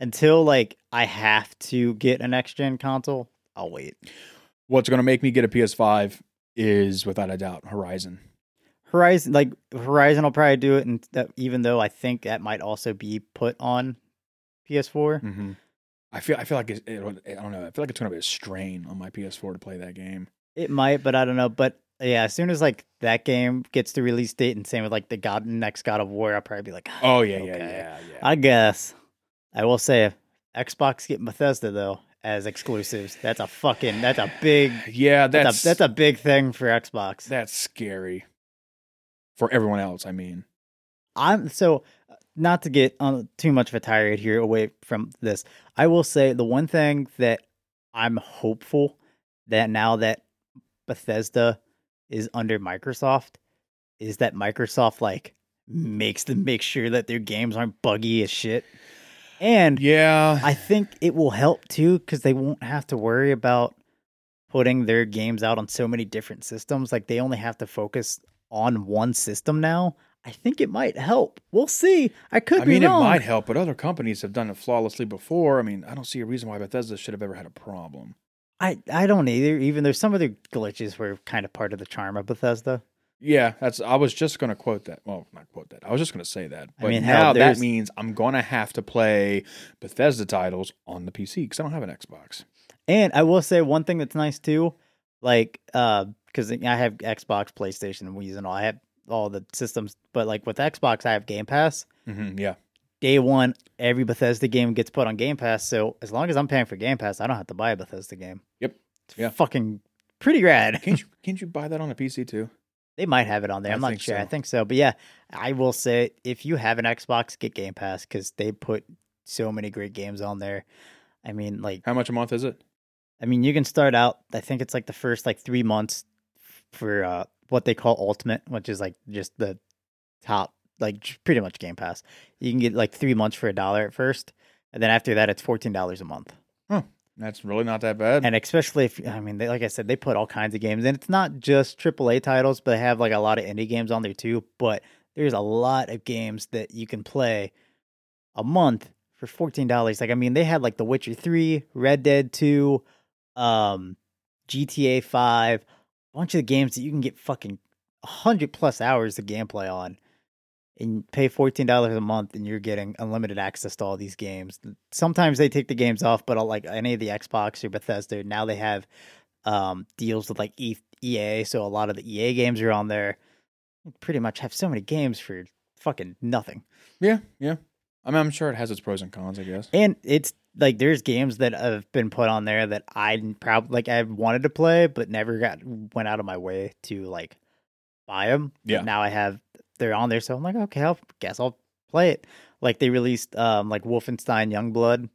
until like I have to get a next gen console, I'll wait." What's going to make me get a PS5 is without a doubt Horizon. Horizon like Horizon will probably do it and that, even though I think that might also be put on PS4. Mm-hmm. I feel I feel like it's, it, I don't know. I feel like it's going to be a strain on my PS4 to play that game. It might, but I don't know. But yeah, as soon as like that game gets the release date, and same with like the God next God of War, I'll probably be like, Oh yeah, yeah, Okay. yeah, yeah. I guess. I will say, Xbox get Bethesda though as exclusives. That's a fucking. That's a big. yeah, That's that's a, that's a big thing for Xbox. that's scary for everyone else. I mean, I'm so not to get on too much of a tirade here away from this. I will say the one thing that I'm hopeful that now that Bethesda is under Microsoft is that Microsoft like makes them make sure that their games aren't buggy as shit. And yeah, I think it will help too because they won't have to worry about putting their games out on so many different systems. Like they only have to focus on one system now. I think it might help. We'll see. I could I be mean, wrong. it might help, but other companies have done it flawlessly before. I mean, I don't see a reason why Bethesda should have ever had a problem. I I don't either. Even though some of their glitches were kind of part of the charm of Bethesda. Yeah, that's. I was just going to quote that. Well, not quote that. I was just going to say that. I But mean, hell, now that there's- means I'm going to have to play Bethesda titles on the PC because I don't have an Xbox. And I will say one thing that's nice too, like uh, because I have Xbox, PlayStation, and Wii, and all. I have all the systems, but like with Xbox, I have Game Pass. Mm-hmm. hmm yeah, day one, every Bethesda game gets put on Game Pass. So as long as I'm paying for Game Pass, I don't have to buy a Bethesda game. Yep. It's Yeah. Fucking pretty rad. can't you can't you buy that on a PC too? they might have it on there. I I'm not think sure. I so. think so. But yeah, I will say if you have an Xbox, get Game Pass because they put so many great games on there. I mean, like, How much a month is it? I mean, you can start out. I think it's like the first like three months for uh, what they call Ultimate, which is like just the top like j- pretty much Game Pass. You can get like three months for a dollar at first, and then after that, it's fourteen dollars a month. That's really not that bad. And especially if I mean, they, like I said, they put all kinds of games, and it's not just AAA titles, but they have like a lot of indie games on there too. But there's a lot of games that you can play a month for fourteen dollars. Like I mean, they had like The Witcher Three, Red Dead Two, um, GTA Five, a bunch of games that you can get fucking hundred plus hours of gameplay on. And pay fourteen dollars a month, and you're getting unlimited access to all these games sometimes they take the games off, but like any of the Xbox or Bethesda, now they have um, deals with like E- EA, so a lot of the EA games are on there. You pretty much have so many games for fucking nothing. yeah, yeah. I mean, I'm sure it has its pros and cons. I guess. And it's like there's games that have been put on there that I probably like I wanted to play, but never got went out of my way to like buy them. Yeah. now I have they're on there, so I'm like, okay, I'll guess I'll play it. Like they released um like Wolfenstein Youngblood.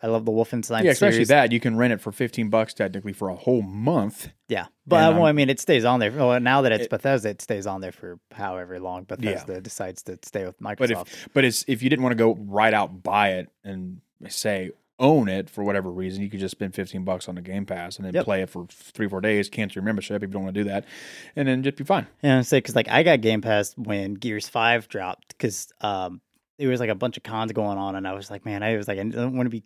I love the Wolfenstein yeah, especially series. that you can rent it for 15 bucks technically for a whole month. Yeah, but uh, And, well, I um, mean, it stays on there. Well, now that it's it- Bethesda, it stays on there for however long Bethesda decides to stay with Microsoft. But if but it's if you didn't want to go right out buy it and say own it for whatever reason, you could just spend 15 bucks on the Game Pass and then Yep. play it for 3 4 days, cancel your membership if you don't want to do that, and then just be fine. you know, because like I got Game Pass when Gears Five dropped, because um, there was like a bunch of cons going on, and I was like, man, I was like, I don't want to be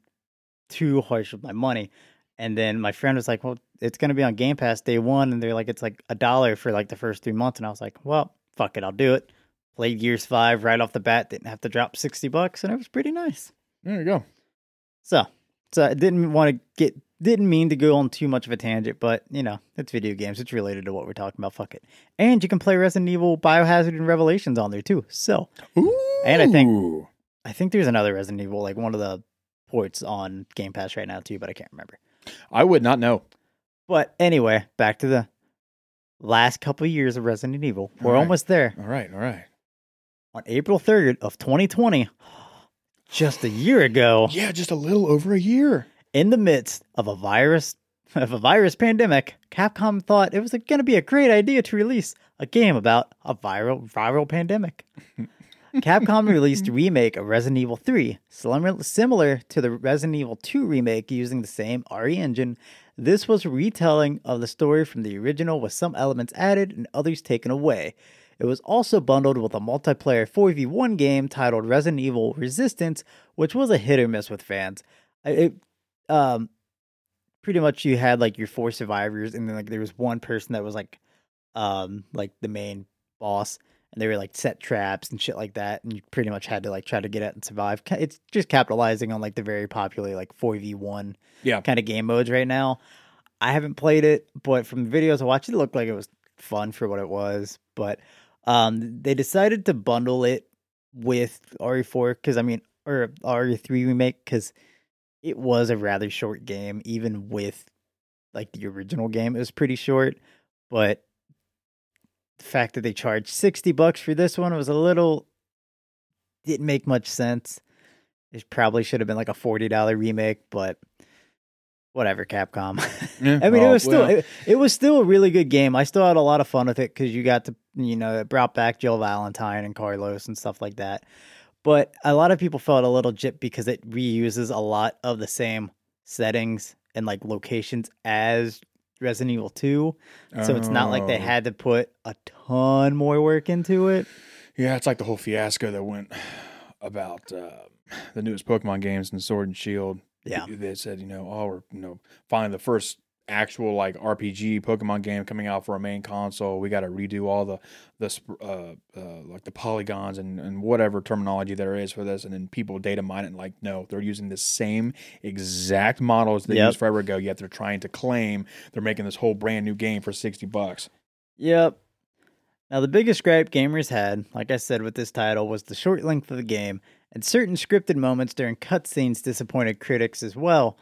too harsh with my money. And then my friend was like, well, it's gonna be on Game Pass day one, and they're like, it's like a dollar for like the first three months, and I was like, well, fuck it, I'll do it. Played Gears Five right off the bat, didn't have to drop sixty bucks, and it was pretty nice. There you go. So, so I didn't want to get, didn't mean to go on too much of a tangent, but you know, it's video games. It's related to what we're talking about. Fuck it. And you can play Resident Evil, Biohazard, and Revelations on there too. So, Ooh. And I think- I think there's another Resident Evil, like one of the ports on Game Pass right now too, but I can't remember. I would not know. But anyway, back to the last couple of years of Resident Evil. We're Alright. almost there. All right, all right. On April 3rd of 2020, just a year ago, Yeah, just a little over a year. in the midst of a virus of a virus pandemic, Capcom thought it was going to be a great idea to release a game about a viral viral pandemic. Capcom released a remake of Resident Evil 3, similar, similar to the Resident Evil 2 remake using the same RE engine. This was a retelling of the story from the original with some elements added and others taken away. It was also bundled with a multiplayer 4v1 game titled Resident Evil Resistance, which was a hit or miss with fans. I- It um pretty much you had like your four survivors and then like there was one person that was like um like the main boss and they were like set traps and shit like that and you pretty much had to like try to get out and survive Ca- it's just capitalizing on like the very popular like 4v1 Yeah. kind of game modes right now i haven't played it but from the videos i watched it looked like it was fun for what it was but um they decided to bundle it with re4 because i mean or E re3 remake because it was a rather short game, even with like the original game. It was pretty short, but the fact that they charged 60 bucks for this one was a little didn't make much sense. It probably should have been like a $40 remake, but whatever, Capcom. I mean, Oh, it was still it, it was still a really good game. I still had a lot of fun with it because you got to you know it brought back Jill Valentine and Carlos and stuff like that. But a lot of people felt a little gypped because it reuses a lot of the same settings and like locations as Resident Evil Two, so it's not like they Oh. had to put a ton more work into it. Yeah, it's like the whole fiasco that went about uh, the newest Pokemon games and Sword and Shield. Yeah. they said you know, oh, we're you know finally the first actual like RPG Pokemon game coming out for a main console. We got to redo all the the sp- uh, uh, like the polygons and and whatever terminology there is for this, and then people data mine it. And like, no, they're using the same exact models they Yep. used forever ago. Yet they're trying to claim they're making this whole brand new game for sixty bucks. Yep. Now, the biggest gripe gamers had, like I said with this title, was the short length of the game, and certain scripted moments during cutscenes disappointed critics as well.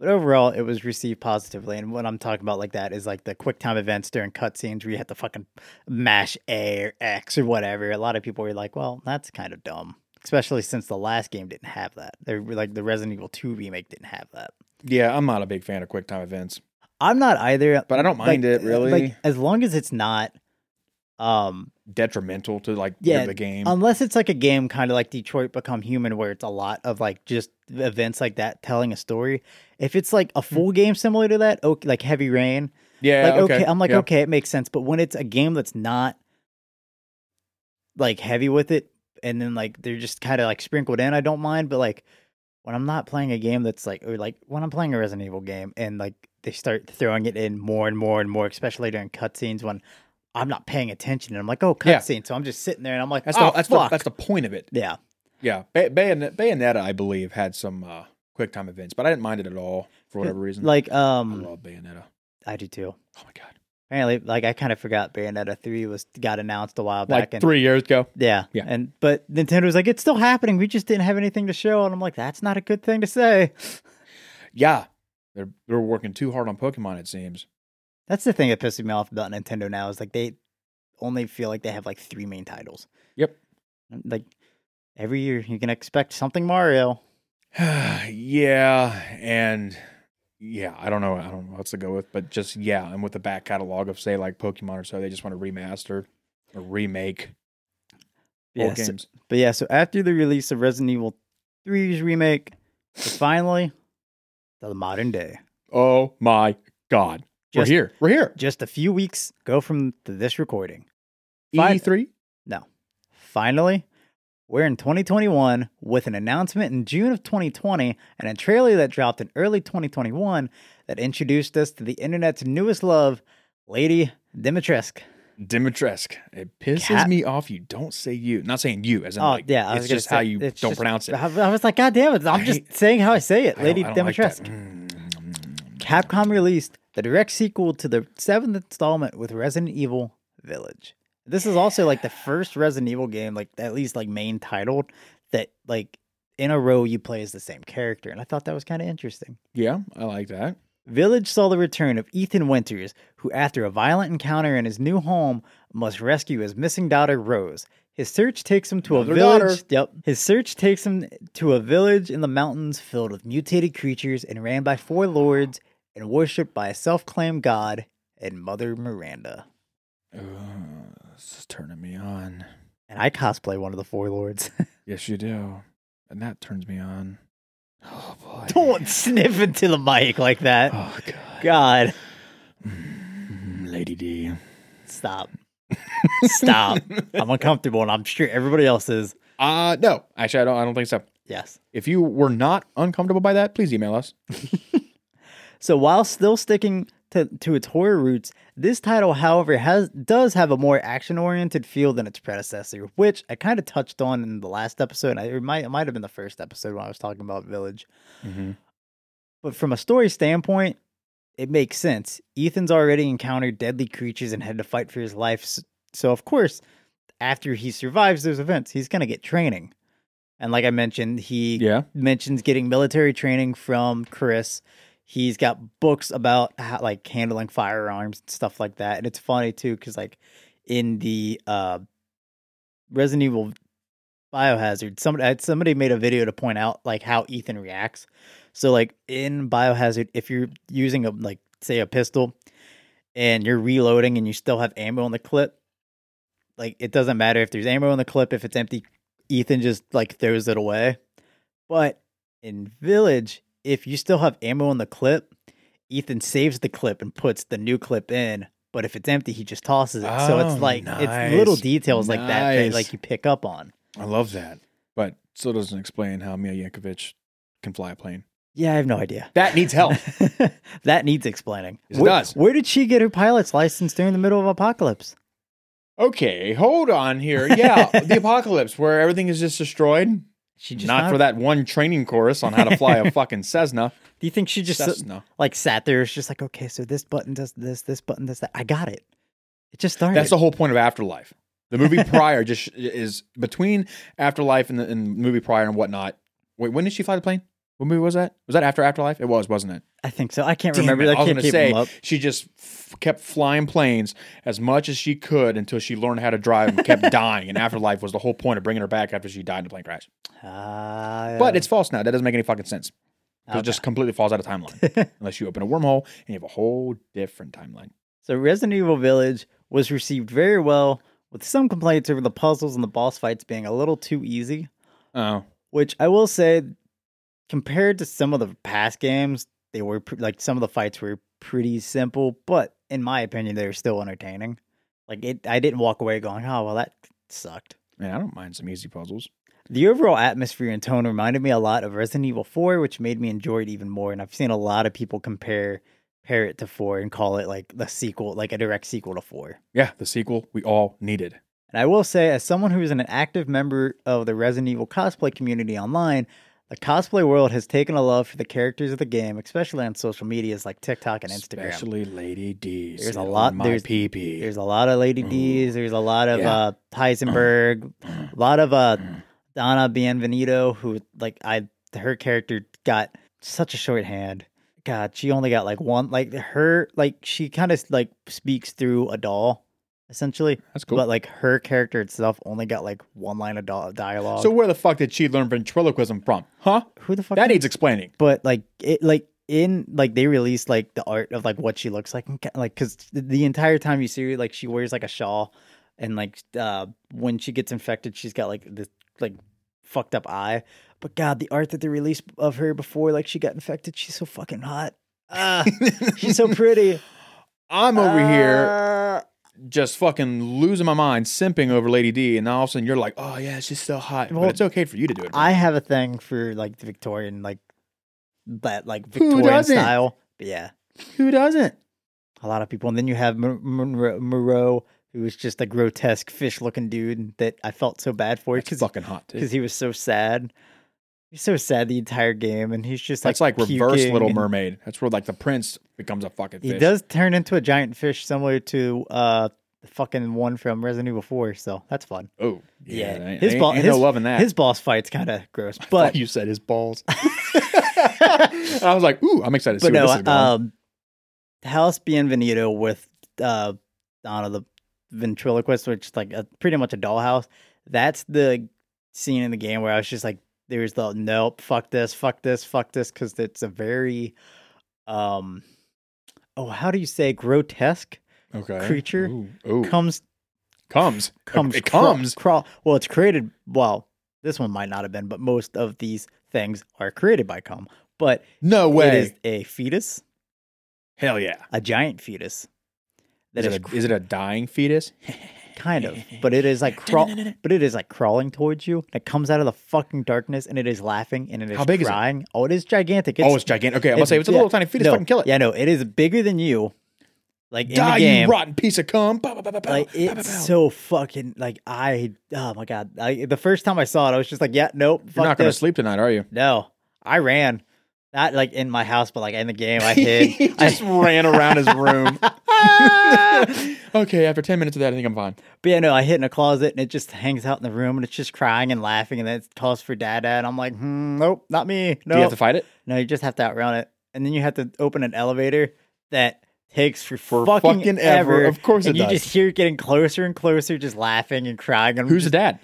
But overall, it was received positively. And what I'm talking about like that is like the quick time events during cutscenes where you have to fucking mash A or X or whatever. A lot of people were like, well, that's kind of dumb. Especially since the last game didn't have that. They were like the Resident Evil 2 remake didn't have that. Yeah, I'm not a big fan of quick time events, I'm not either. but I don't mind Like, it really. Like, as long as it's not Um, detrimental to like Yeah, um, the game. unless it's like a game kind of like Detroit Become Human, where it's a lot of like just events like that telling a story. If it's like a full game similar to that, okay, like Heavy Rain, yeah, like okay. I'm like yeah. okay, it makes sense. But when it's a game that's not like heavy with it, and then like they're just kind of like sprinkled in, I don't mind. But like when I'm not playing a game that's like or like when I'm playing a Resident Evil game, and like they start throwing it in more and more and more, especially during cutscenes when. I'm not paying attention, and I'm like, "Oh, Yeah. cutscene!" So I'm just sitting there, and I'm like, That's "Oh, the, that's the fuck!" that's the point of it. yeah, Yeah, Bay- Bayonet- Bayonetta, I believe, had some uh, quick time events, but I didn't mind it at all for whatever reason. like Mm. I um, love Bayonetta. I do too. Oh my god, Apparently, like I kind of forgot Bayonetta three was got announced a while back. like and, three years ago. Yeah. Yeah. And but Nintendo's like, it's still happening. We just didn't have anything to show. And I'm like, that's not a good thing to say. Yeah, they're they're working too hard on Pokemon. It seems. That's the thing that pisses me off about Nintendo now is like they only feel like they have like three main titles. Yep. Like every year you can expect something Mario. yeah, and yeah, I don't know. I don't know what to go with, but just yeah, and with the back catalog of say like Pokemon or so, they just want to remaster or remake old Yeah, so- games. But yeah, so after the release of Resident Evil 3's remake, so finally the modern day. Oh my god, Just- we're here. We're here. Just a few weeks go from to this recording. Fine. E three. Finally, we're in 2021 with an announcement in June of 2020 and a trailer that dropped in early 2021 that introduced us to the internet's newest love, Lady Dimitrescu. Dimitrescu. It pisses Cat- Oh, me off. You don't say you. Not saying you, as in like, I it's was gonna just how say- you don't it's just- pronounce it. I, I was like, God damn it! I'm I just hate- saying how I say it, I don't- Lady I don't like that. Dimitrescu. Mm. Capcom released the direct sequel to the seventh installment with Resident Evil Village. This is also like the first Resident Evil game, like at least like main title, that like in a row you play as the same character. And I thought that was kind of interesting. Yeah, I like that. Village saw the return of Ethan Winters, who, after a violent encounter in his new home, must rescue his missing daughter Rose. His search takes him to a Another village. Yep. His search takes him to a village in the mountains filled with mutated creatures and ran by four lords and worshipped by a self-claimed god and Mother Miranda. Ugh, this is turning me on. And I cosplay one of the four lords. Yes, you do, and that turns me on. Oh boy! Don't sniff into the mic like that. Oh god, God, Mm, Lady D. stop. Stop. I'm uncomfortable, and I'm sure everybody else is. Uh no, actually, I don't. I don't think so. Yes. If you were not uncomfortable by that, please email us. So while still sticking to, to its horror roots, this title, however, has does have a more action oriented feel than its predecessor, which I kind of touched on in the last episode. I, it might it might have been the first episode when I was talking about Village. Mm-hmm. But from a story standpoint, it makes sense. Ethan's already encountered deadly creatures and had to fight for his life. s- So, of course, after he survives those events, he's going to get training. And like I mentioned, he Yeah. mentions getting military training from Chris. He's got books about how, like handling firearms and stuff like that. And it's funny too, because like in the uh, Resident Evil Biohazard, somebody somebody made a video to point out like how Ethan reacts. So like in Biohazard, if you're using a like say a pistol and you're reloading and you still have ammo in the clip, like it doesn't matter if there's ammo in the clip if it's empty. Ethan just like throws it away. But in Village, if you still have ammo in the clip, Ethan saves the clip and puts the new clip in. But if it's empty, he just tosses it. so Oh, it's like it's little nice. details like that that Nice. like you pick up on. I love that, but still doesn't explain how Mia Yankovic can fly a plane. Yeah, I have no idea. That needs help. that needs explaining. Oh. Yes, it where, does. where did she get her pilot's license during the middle of apocalypse? okay, hold on here. Yeah, the apocalypse where everything is just destroyed. She just not for that one training course on how to fly a fucking Cessna. Do you think she just uh, Cessna. like sat there? It's just like, okay, so this button does this, this button does that. I got it. It just started. That's the whole point of Afterlife. The movie prior just is between Afterlife and the and movie prior and whatnot. Wait, when did she fly the plane? What movie was that? Was that after Afterlife? It was, wasn't it? I think so. I can't Damn remember. it, I, I was can't gonna keep say them up. she just f- kept flying planes as much as she could until she learned how to drive and kept dying. And Afterlife was the whole point of bringing her back after she died in a plane crash. Ah, But yeah. it's false now. That doesn't make any fucking sense. 'Cause It just completely falls out of timeline unless you open a wormhole and you have a whole different timeline. so Resident Evil Village was received very well with some complaints over the puzzles and the boss fights being a little too easy, Oh, which I will say, compared to some of the past games, they were pre- like some of the fights were pretty simple, but in my opinion, they were still entertaining. Like it, I didn't walk away going, "Oh, well, that sucked." man, I don't mind some easy puzzles. The overall atmosphere and tone reminded me a lot of Resident Evil 4, which made me enjoy it even more. And I've seen a lot of people compare pair it to 4 and call it like the sequel, like a direct sequel to 4. Yeah, the sequel we all needed. And I will say, as someone who is an active member of the Resident Evil cosplay community online, the cosplay world has taken a love for the characters of the game, especially on social medias like TikTok and Instagram. Especially Lady D. There's a sitting on lot- My there's- PP. There's a lot of Lady Ooh. D's, there's a lot of Yeah. uh, Heisenberg, a lot of uh, Mm. Donna Bienvenido, who like I her character got such a shorthand. God, she only got like one like her like she kind of like speaks through a doll, essentially. That's cool. But like her character itself only got like one line of do- dialogue. so where the fuck did she learn ventriloquism from? Huh? who the fuck? That knows? needs explaining. But like it like in like they released like the art of like what she looks like and ca- like because the entire time you see her like she wears like a shawl and like uh when she gets infected she's got like this like fucked up eye. But God, the art that they released of her before like she got infected, she's so fucking hot. Ah, she's so pretty. I'm over here Ah. just fucking losing my mind, simping over Lady D, and all of a sudden you're like, oh yeah, she's so hot. Well, but it's okay for you to do it. I have a thing for like the Victorian, like that, like Who Victorian doesn't? style. But yeah, Who doesn't? a lot of people. And then you have Mon- Monroe, Moreau, who was just a grotesque fish-looking dude that I felt so bad for It's because fucking hot, dude. he was so sad. He's so sad the entire game, and he's just like That's like reverse puking Little and- Mermaid. That's where like the prince becomes a fucking He fish. does turn into a giant fish, similar to uh the fucking one from Resident Evil Four. So that's fun. Oh Yeah, yeah, yeah. his His ball- ain't, ain't his- no loving that. His boss fight's kind of gross, but but you said his balls. And I was like, ooh, I'm excited to see but where no, this is going. um, House Bienvenido with uh, Donna the ventriloquist, which is like a, pretty much a dollhouse. That's the scene in the game where I was just like, "There's the nope, fuck this, fuck this, fuck this," because it's a very, um, oh, how do you say grotesque okay. uh, creature Ooh, ooh. comes comes. comes It craw- comes. crawl. Well, it's created. Well, this one might not have been, but most of these things are created by cum. But No it way. is a fetus. Hell yeah. a giant fetus that Is is, it, a, is it a dying fetus? kind of, but it is like crawl, but it is like crawling towards you. And it comes out of the fucking darkness, and it is laughing, and it is How big is it? crying. Oh, it is gigantic. It's, oh, it's gigantic. Okay, I'm gonna say if it's a yeah, little tiny fetus. no, Fucking kill it. Yeah, no, it is bigger than you. Like in Die, the game, you rotten piece of cum. Bow, bow, bow, bow, bow, bow, like bow, it's bow. so fucking like I. Oh my god! I, the first time I saw it, I was just like, yeah, nope, fuck You're not gonna this. sleep tonight, are you? No, I ran. Not like in my house, but like in the game, I hid. I- just ran around his room. okay, after ten minutes of that, I think I'm fine. But yeah, no, I hid in a closet and it just hangs out in the room and it's just crying and laughing and then it calls for dada and I'm like, hmm, nope, not me. Do you No, have to fight it? no, you just have to outrun it, and then you have to open an elevator that takes for, For fucking, fucking ever. ever. Of course and it you does. just hear it getting closer and closer, just laughing and crying. And I'm Who's the just, dad?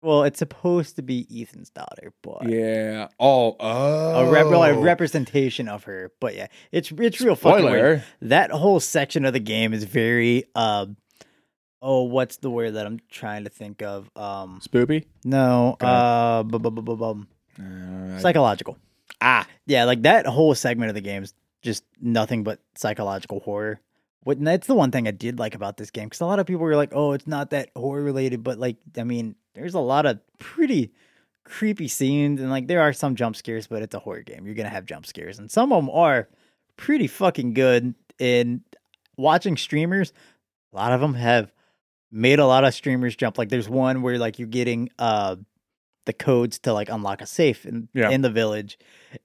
Well, it's supposed to be Ethan's daughter, but. Yeah. Oh. Oh. A, rep- well, a representation of her, but yeah, it's it's real fucking weird Spoiler. that whole section of the game is very um oh what's the word that i'm trying to think of um Spoopy. no Okay. uh bu- bu- bu- bu- bum. Uh, psychological ah. yeah like that whole segment of the game is just nothing but psychological horror what, and that's the one thing i did like about this game because a lot of people were like oh it's not that horror related but like i mean there's a lot of pretty creepy scenes and like there are some jump scares but it's a horror game you're gonna have jump scares and some of them are pretty fucking good in watching streamers a lot of them have made a lot of streamers jump like there's one where like you're getting uh the codes to like unlock a safe in, Yeah. in the village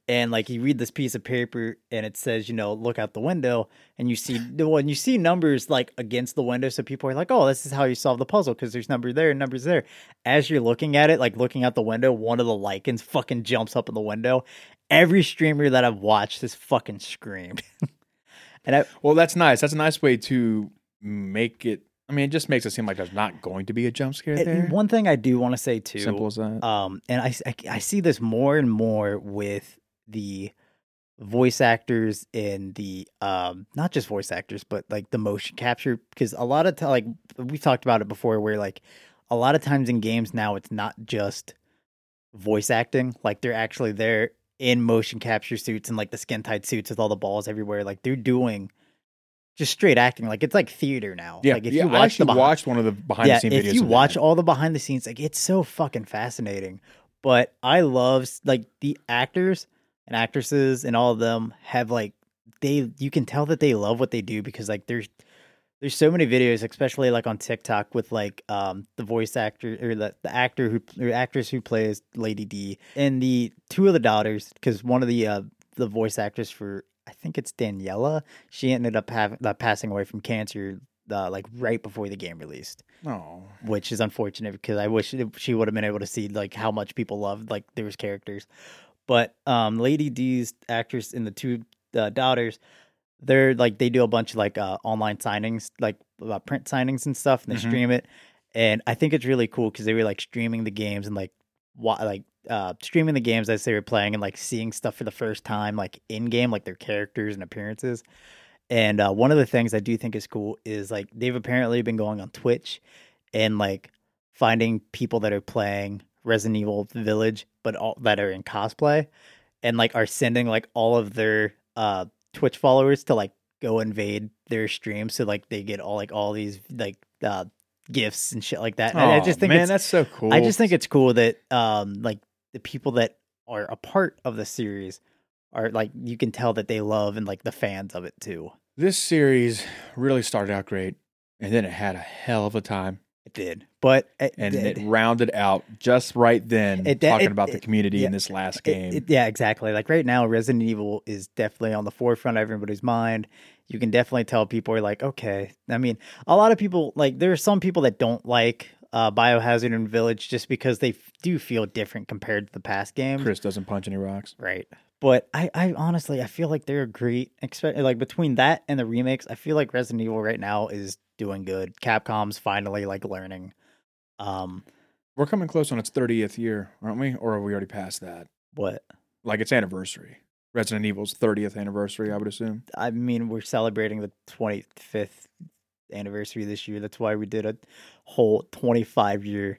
and like you read this piece of paper and it says you know look out the window and you see the one you see numbers like against the window so people are like oh this is how you solve the puzzle because there's number there and numbers there as you're looking at it like looking out the window one of the lichens fucking jumps up in the window every streamer that i've watched has fucking screamed and i Well, that's nice. That's a nice way to make it. I mean, it just makes it seem like there's not going to be a jump scare And there. One thing I do want to Uh, say too, Simple as that. um, and I, I I see this more and more with the voice actors and the um not just voice actors but like the motion capture because a lot of t- like we talked about it before where like a lot of times in games now it's not just voice acting like they're actually there in motion capture suits and like the skin tight suits with all the balls everywhere like they're doing just straight acting like it's like theater now Yeah, like if yeah, you I watch the actually behind- watched one of the behind yeah, the scenes videos. if you of that. watch all the behind the scenes, like it's so fucking fascinating. But I love like the actors and actresses and all of them have like they you can tell that they love what they do because like there's there's so many videos, especially like on TikTok with like um the voice actor or the, the actor who or actress who plays Lady D and the two of the daughters because one of the uh the voice actress for I think it's Daniela she ended up having uh, passing away from cancer uh, like right before the game released oh, which is unfortunate because I wish that she would have been able to see like how much people loved like there was characters. But um, Lady D's actress and the two uh, daughters, they're like they do a bunch of like uh, online signings, like uh, print signings and stuff, and they Mhm. stream it. And I think it's really cool because they were like streaming the games and like wa- like uh, streaming the games as they were playing and like seeing stuff for the first time, like in game, like their characters and appearances. And uh, one of the things I do think is cool is like they've apparently been going on Twitch and like finding people that are playing Resident Evil Village, but all that are in cosplay, and like are sending like all of their uh Twitch followers to like go invade their stream, so like they get all like all these like uh gifts and shit like that. And I, I Aw, just think man, it's, that's so cool. I just think it's cool that um like the people that are a part of the series are like you can tell that they love and like the fans of it too. this series really started out great, and then it had a hell of a time, It did, but it, and did. it rounded out just right then. It- that- talking it- about the it- community yeah, in this last It- game. it- yeah, exactly. Like right now, Resident Evil is definitely on the forefront of everybody's mind. You can definitely tell people are like, okay. I mean, a lot of people like there are some people that don't like uh, Biohazard and Village just because they f- do feel different compared to the past games. Chris doesn't punch any rocks. Right. But I, I honestly, I feel like they're great. Expect like between that and the remakes, I feel like Resident Evil right now is doing good. Capcom's finally like learning. Um, We're coming close on its 30th year, aren't we? Or are we already past that? what Like its anniversary. Resident Evil's 30th anniversary, I would assume. I mean, we're celebrating the twenty fifth anniversary this year. That's why we did a whole twenty five year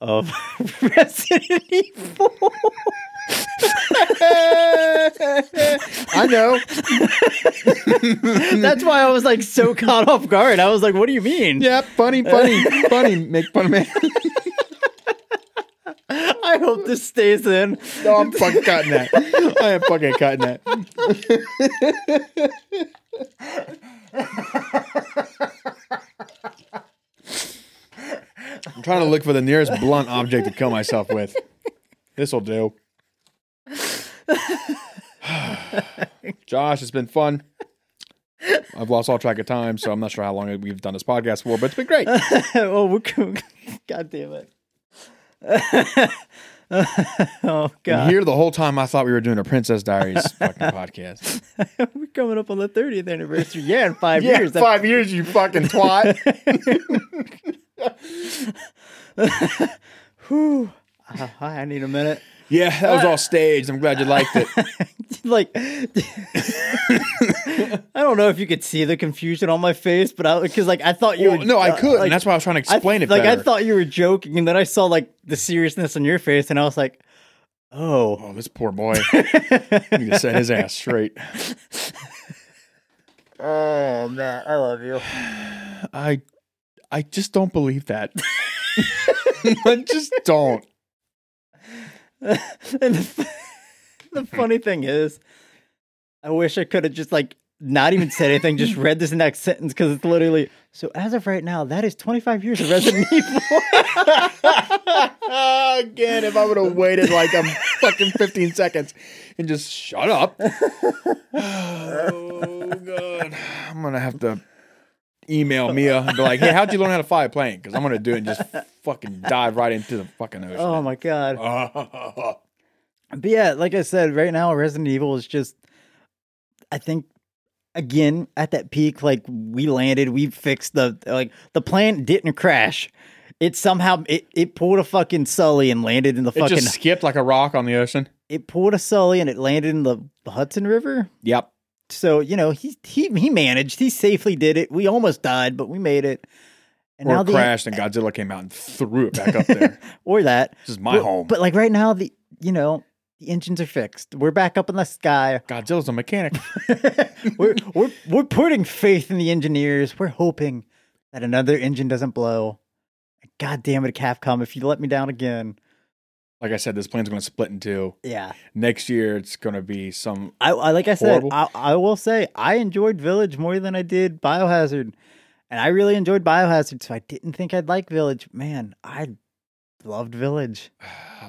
of Resident Evil. I know. That's why I was like so caught off guard. I was like, "What do you mean?" Yeah, funny, funny, funny. Make fun of me. I hope this stays in. No, I'm fucking cutting that. I am fucking cutting that. I'm trying to look for the nearest blunt object to kill myself with. This'll do. Josh, it's been fun. I've lost all track of time, so I'm not sure how long we've done this podcast for, but it's been great. oh, we're co- God damn it. oh And God, here the whole time I thought we were doing a Princess Diaries fucking podcast. we're coming up on the 30th anniversary. Yeah, in five Yeah, years. five years, you fucking twat. Whew. Uh, I need a minute. yeah, that was all staged. I'm glad you liked it. Like, I don't know if you could see the confusion on my face, but I because like I thought you. Well, were, no, I uh, could, like, and that's why I was trying to I- explain it. Like better. I thought you were joking, and then I saw like the seriousness on your face, and I was like, "Oh, oh, this poor boy, he just set his ass straight. oh man, I love you." I, I just don't believe that. I just don't. and the, f- the funny thing is, I wish I could have just like not even said anything, just read this next sentence because it's literally so. As of right now, that is 25 years of Resident Evil. Ah, Again, if I would have waited like a fucking 15 seconds and just shut up. oh god, I'm gonna have to email Mia and be like, "Hey, how'd you learn how to fly a plane?" Because I'm gonna do it and just fucking dive right into the fucking ocean. oh my god! Oh. But yeah, like I said, right now Resident Evil is just, I think, again at that peak. Like we landed, we fixed the like the plane didn't crash. It somehow it, it pulled a fucking Sully and landed in the it fucking just skipped like a rock on the ocean. it pulled a Sully and it landed in the Hudson River. Yep. So you know he he he managed. He safely did it. We almost died, but we made it. And or it the- crashed and Godzilla came out and threw it back up there. or that this is my but, home. But like right now, the you know the engines are fixed. We're back up in the sky. Godzilla's a mechanic. we're we're we're putting faith in the engineers. We're hoping that another engine doesn't blow. God damn it, Capcom! If you let me down again, like I said, this plane's going to split in two. yeah. Next year, it's going to be some. I, I like I said, Horrible. I, I will say I enjoyed Village more than I did Biohazard, and I really enjoyed Biohazard, so I didn't think I'd like Village. Man, I loved Village.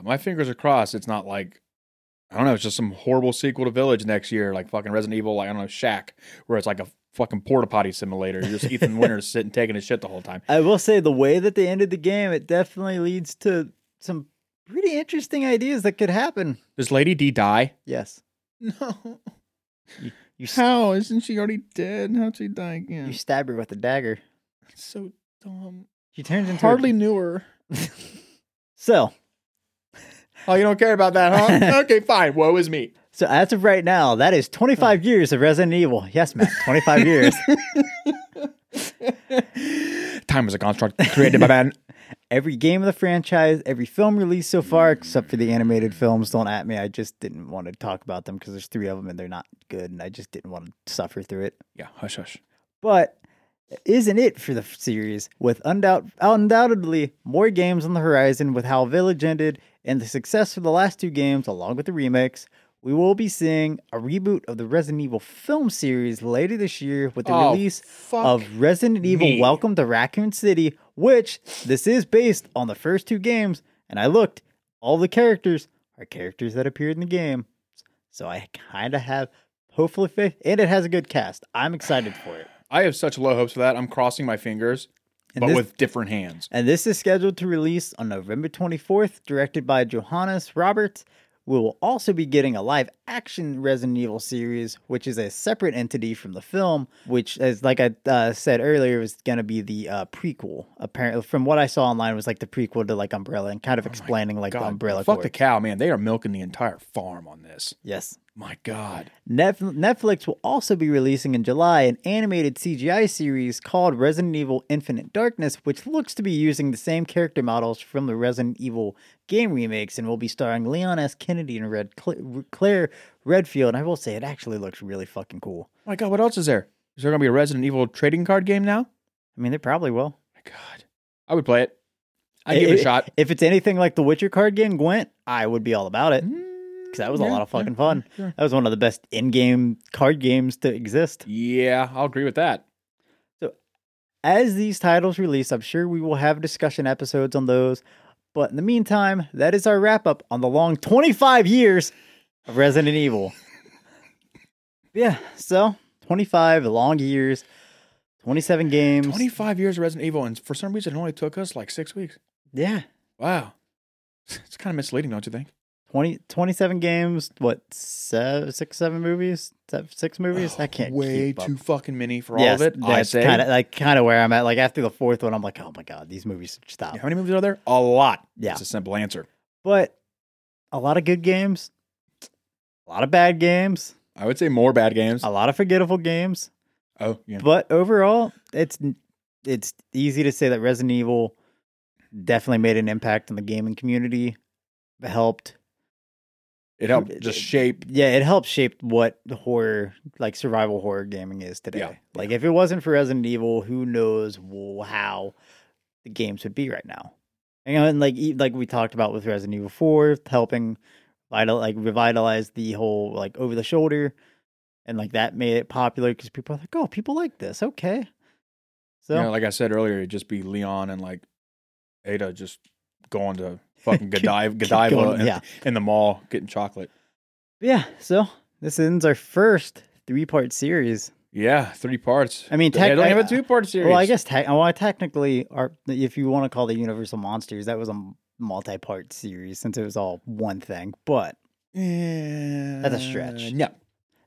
My fingers are crossed. It's not like I don't know. It's just some horrible sequel to Village next year, like fucking Resident Evil. Like I don't know, Shack, where it's like a fucking porta potty simulator. You're just Ethan Winters sitting taking his shit the whole time. I will say the way that they ended the game, it definitely leads to some pretty interesting ideas that could happen. Does Lady D die? Yes, No. you s- How isn't she already dead? How'd she die you again? stab her with a dagger. So dumb. She turns into a- knew her. so. Oh, you don't care about that, huh? okay, fine. Woe is me. So as of right now, that is 25 years of Resident Evil. Yes, Matt, 25 years. Time is a construct created by man. every game of the franchise, every film released so far, except for the animated films. Don't at me. I just didn't want to talk about them because there's three of them and they're not good, and I just didn't want to suffer through it. Yeah, hush hush. But that isn't it for the f- series? With undoubt- undoubtedly more games on the horizon with how Village ended and the success of the last two games, along with the remakes. We will be seeing a reboot of the Resident Evil film series later this year with the Oh, release fuck of Resident Evil me. Welcome to Raccoon City, which this is based on the first two games. And I looked, all the characters are characters that appeared in the game. So I kind of have hopefully faith, and it has a good cast. I'm excited for it. I have such low hopes for that. I'm crossing my fingers, And but this- with different hands. And this is scheduled to release on November 24th, directed by Johannes Roberts. We will also be getting a live action Resident Evil series, which is a separate entity from the film, which, as like I uh, said earlier, was going to be the uh, prequel. Apparently, from what I saw online, was like the prequel to like Umbrella and kind of explaining like the Oh God, Umbrella. fuck Corps. the cow, man. They are milking the entire farm on this. yes. My God. Nef- Netflix will also be releasing in July an animated CGI series called Resident Evil Infinite Darkness, which looks to be using the same character models from the Resident Evil game remakes and will be starring Leon S. Kennedy and Red Cl- Claire Redfield. And I will say, it actually looks really fucking cool. My God, what else is there? Is there going to be a Resident Evil trading card game now? I mean, they probably will. My God. I would play it. I'd Eh, give it a shot. If it's anything like the Witcher card game, Gwent, I would be all about it. Because Because that was a lot of fucking fun. That was one of the best in game card games to exist. Yeah, I'll agree with that. As these titles release, I'm sure we will have discussion episodes on those. But in the meantime, that is our wrap up on the long 25 years of Resident Evil. yeah, so 25 long years, 27 games. 25 years of Resident Evil, and for some reason, it only took us like six weeks. Yeah, Wow. It's kind of misleading, don't you think? 20, 27 games. What, seven, six, seven movies? Seven, six movies? I can't. Way keep up. too fucking many for Yes, all of it. I That's say. kind of like kind of where I'm at. Like after the fourth one, I'm like, oh my god, these movies should stop. How many movies are there? A lot. Oh, Yeah. It's a simple answer. But a lot of good games, a lot of bad games, I would say more bad games. a lot of forgettable games. Oh, yeah. But overall, it's it's easy to say that Resident Evil definitely made an impact on the gaming community. Helped, It helped just shape. yeah, it helped shape what the horror, like survival horror gaming, is today. Yeah, Like if it wasn't for Resident Evil, who knows wh- how the games would be right now? And, uh, and like e- like we talked about with Resident Evil Four, helping vital like revitalize the whole like over the shoulder, and like that made it popular because people are like, oh, people like this, okay. So you know, like I said earlier, it'd just be Leon and like Ada just going to fucking Keep- Godiva, keep Godiva going, in, yeah, in the mall getting chocolate. yeah. So this ends our first three part series. Yeah, three parts. I mean, I don't tech- have I- a two part series. Well, I guess te- well, technically, are if you want to call the Universal Monsters, that was a m- multi-part series since it was all one thing. But that's a stretch. Eh, No.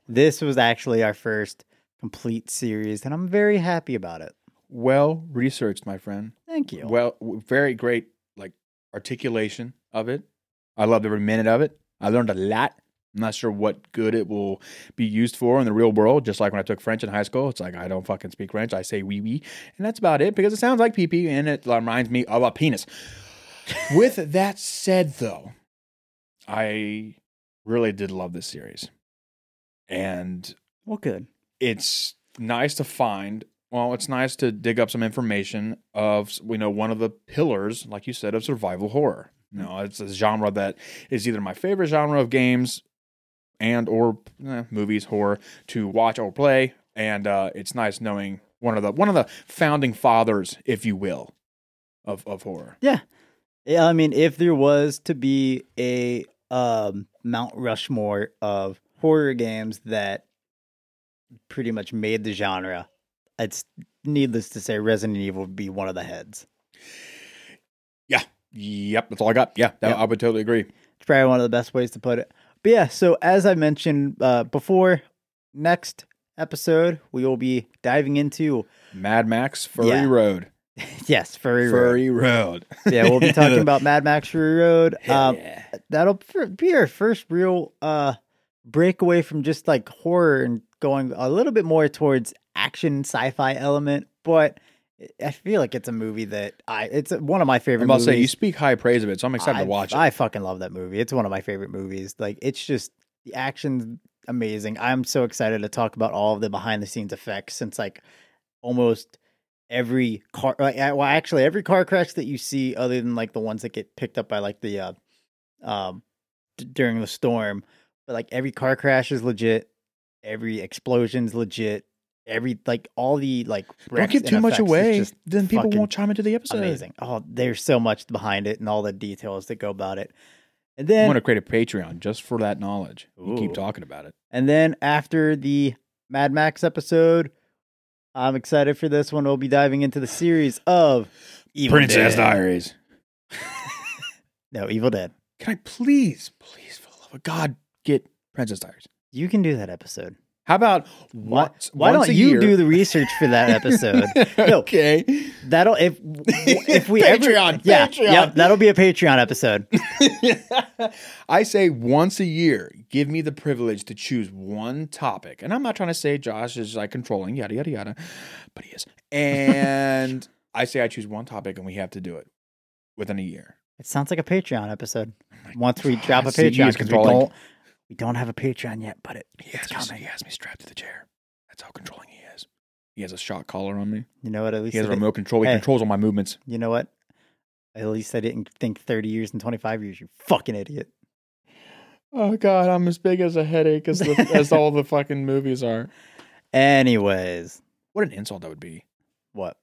this was actually our first complete series, and I'm very happy about it. Well researched, my friend. Thank you. Well, w- very great like articulation of it. I loved every minute of it. I learned a lot. I'm not sure what good it will be used for in the real world. Just like when I took French in high school, it's like I don't fucking speak French. I say wee wee, and that's about it because it sounds like pee pee and it reminds me of a penis. With that said, though, I really did love this series, and Well, good. it's nice to find. Well, it's nice to dig up some information of you know one of the pillars, like you said, of survival horror. You know, it's a genre that is either my favorite genre of games and or eh, movies horror to watch or play, and uh, it's nice knowing one of the one of the founding fathers, if you will, of of horror. Yeah, I mean, if there was to be a um, Mount Rushmore of horror games that pretty much made the genre, it's needless to say Resident Evil would be one of the heads. Yep, that's all I got. Yeah, that, Yep. I would totally agree. It's probably one of the best ways to put it. But yeah, so as I mentioned uh, before, next episode we will be diving into Mad Max Furry Yeah. Road. yes, furry, road. Furry Road. Yeah, we'll be talking about Mad Max Fury Road. Hell Um, yeah. that'll fir- be our first real uh breakaway from just like horror and going a little bit more towards action sci-fi element but i feel like it's a movie that i it's one of my favorite I'm about to say you movies. speak high praise of it, so I'm excited I, to watch it. I fucking love that movie it's one of my favorite movies like it's just the action's amazing i'm so excited to talk about all of the behind the scenes effects since like almost every car like, uh, well actually every car crash that you see other than like the ones that get picked up by like the uh um d- during the storm but like every car crash is legit every explosion's legit every like all the like Don't wrecks give and too much effects is away, just then people fucking won't chime into the episode. amazing oh there's so much behind it and all the details that go about it and I'm then going to create a Patreon just for that knowledge. You keep Ooh. talking about it. And then after the Mad Max episode, I'm excited for this one. We'll be diving into the series of Evil Princess Dead. Diaries. No, Evil Dead. Can I please, please, for the love of God, get Princess Diaries? You can do that episode. How about Why, once? why once don't a you year? do the research for that episode? No. okay. That'll if if we ever Patreon, yeah Patreon. yep, that'll be a Patreon episode. I say once a year, give me the privilege to choose one topic. And I'm not trying to say Josh is like controlling, yada, yada, yada, but he is. And I say I choose one topic and we have to do it within a year. It sounds like a Patreon episode. my Once we drop a God, see, he Patreon, E is 'cause we controlling. don't we don't have a Patreon yet, but it He has, It's me, he has me strapped to the chair. That's how controlling he is. He has a shock collar on me. you know what at least He has I a did- remote control. He Hey. controls all my movements. you know what at least I didn't think 30 years and 25 years. You fucking idiot. Oh God, I'm as big as a headache as, the, as all the fucking movies are. Anyways, What an insult that would be. what?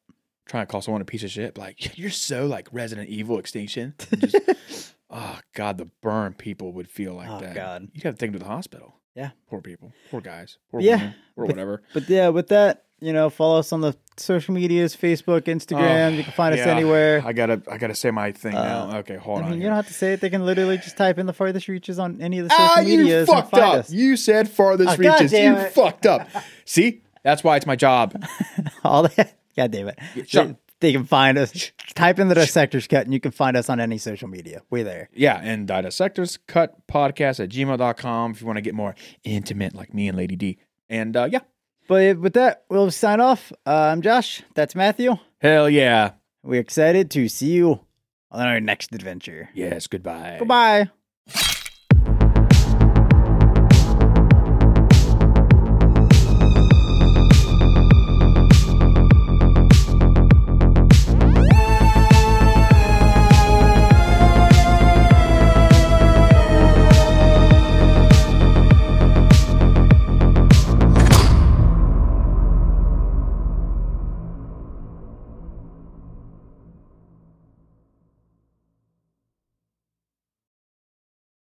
Trying to call someone a piece of shit, like you're so like Resident Evil Extinction. And Just, oh God, the burn people would feel like Oh, that. God. you'd have to take them to the hospital. Yeah. poor people, poor guys, poor Yeah, women, or but- whatever. But yeah, with that, you know, follow us on the social medias, Facebook, Instagram. Oh, you can find us yeah. anywhere. I gotta, I gotta say my thing Uh, now. Okay, hold I on. mean, you here. don't have to say it. They can literally just type in the farthest reaches on any of the social Ah, you medias and fucked find up. us. You said farthest Oh, reaches. You goddamn it. fucked up. See, that's why it's my job. All that. God damn it. shut They, they can find us. Type in the dissector's cut and you can find us on any social media. We're there. Yeah, and dissectors cut podcast at gmail.com if you want to get more intimate like me and Lady D. And uh, yeah, But with that, we'll sign off. Uh, I'm Josh. That's Matthew. hell yeah. We're excited to see you on our next adventure. Yes, goodbye. Goodbye.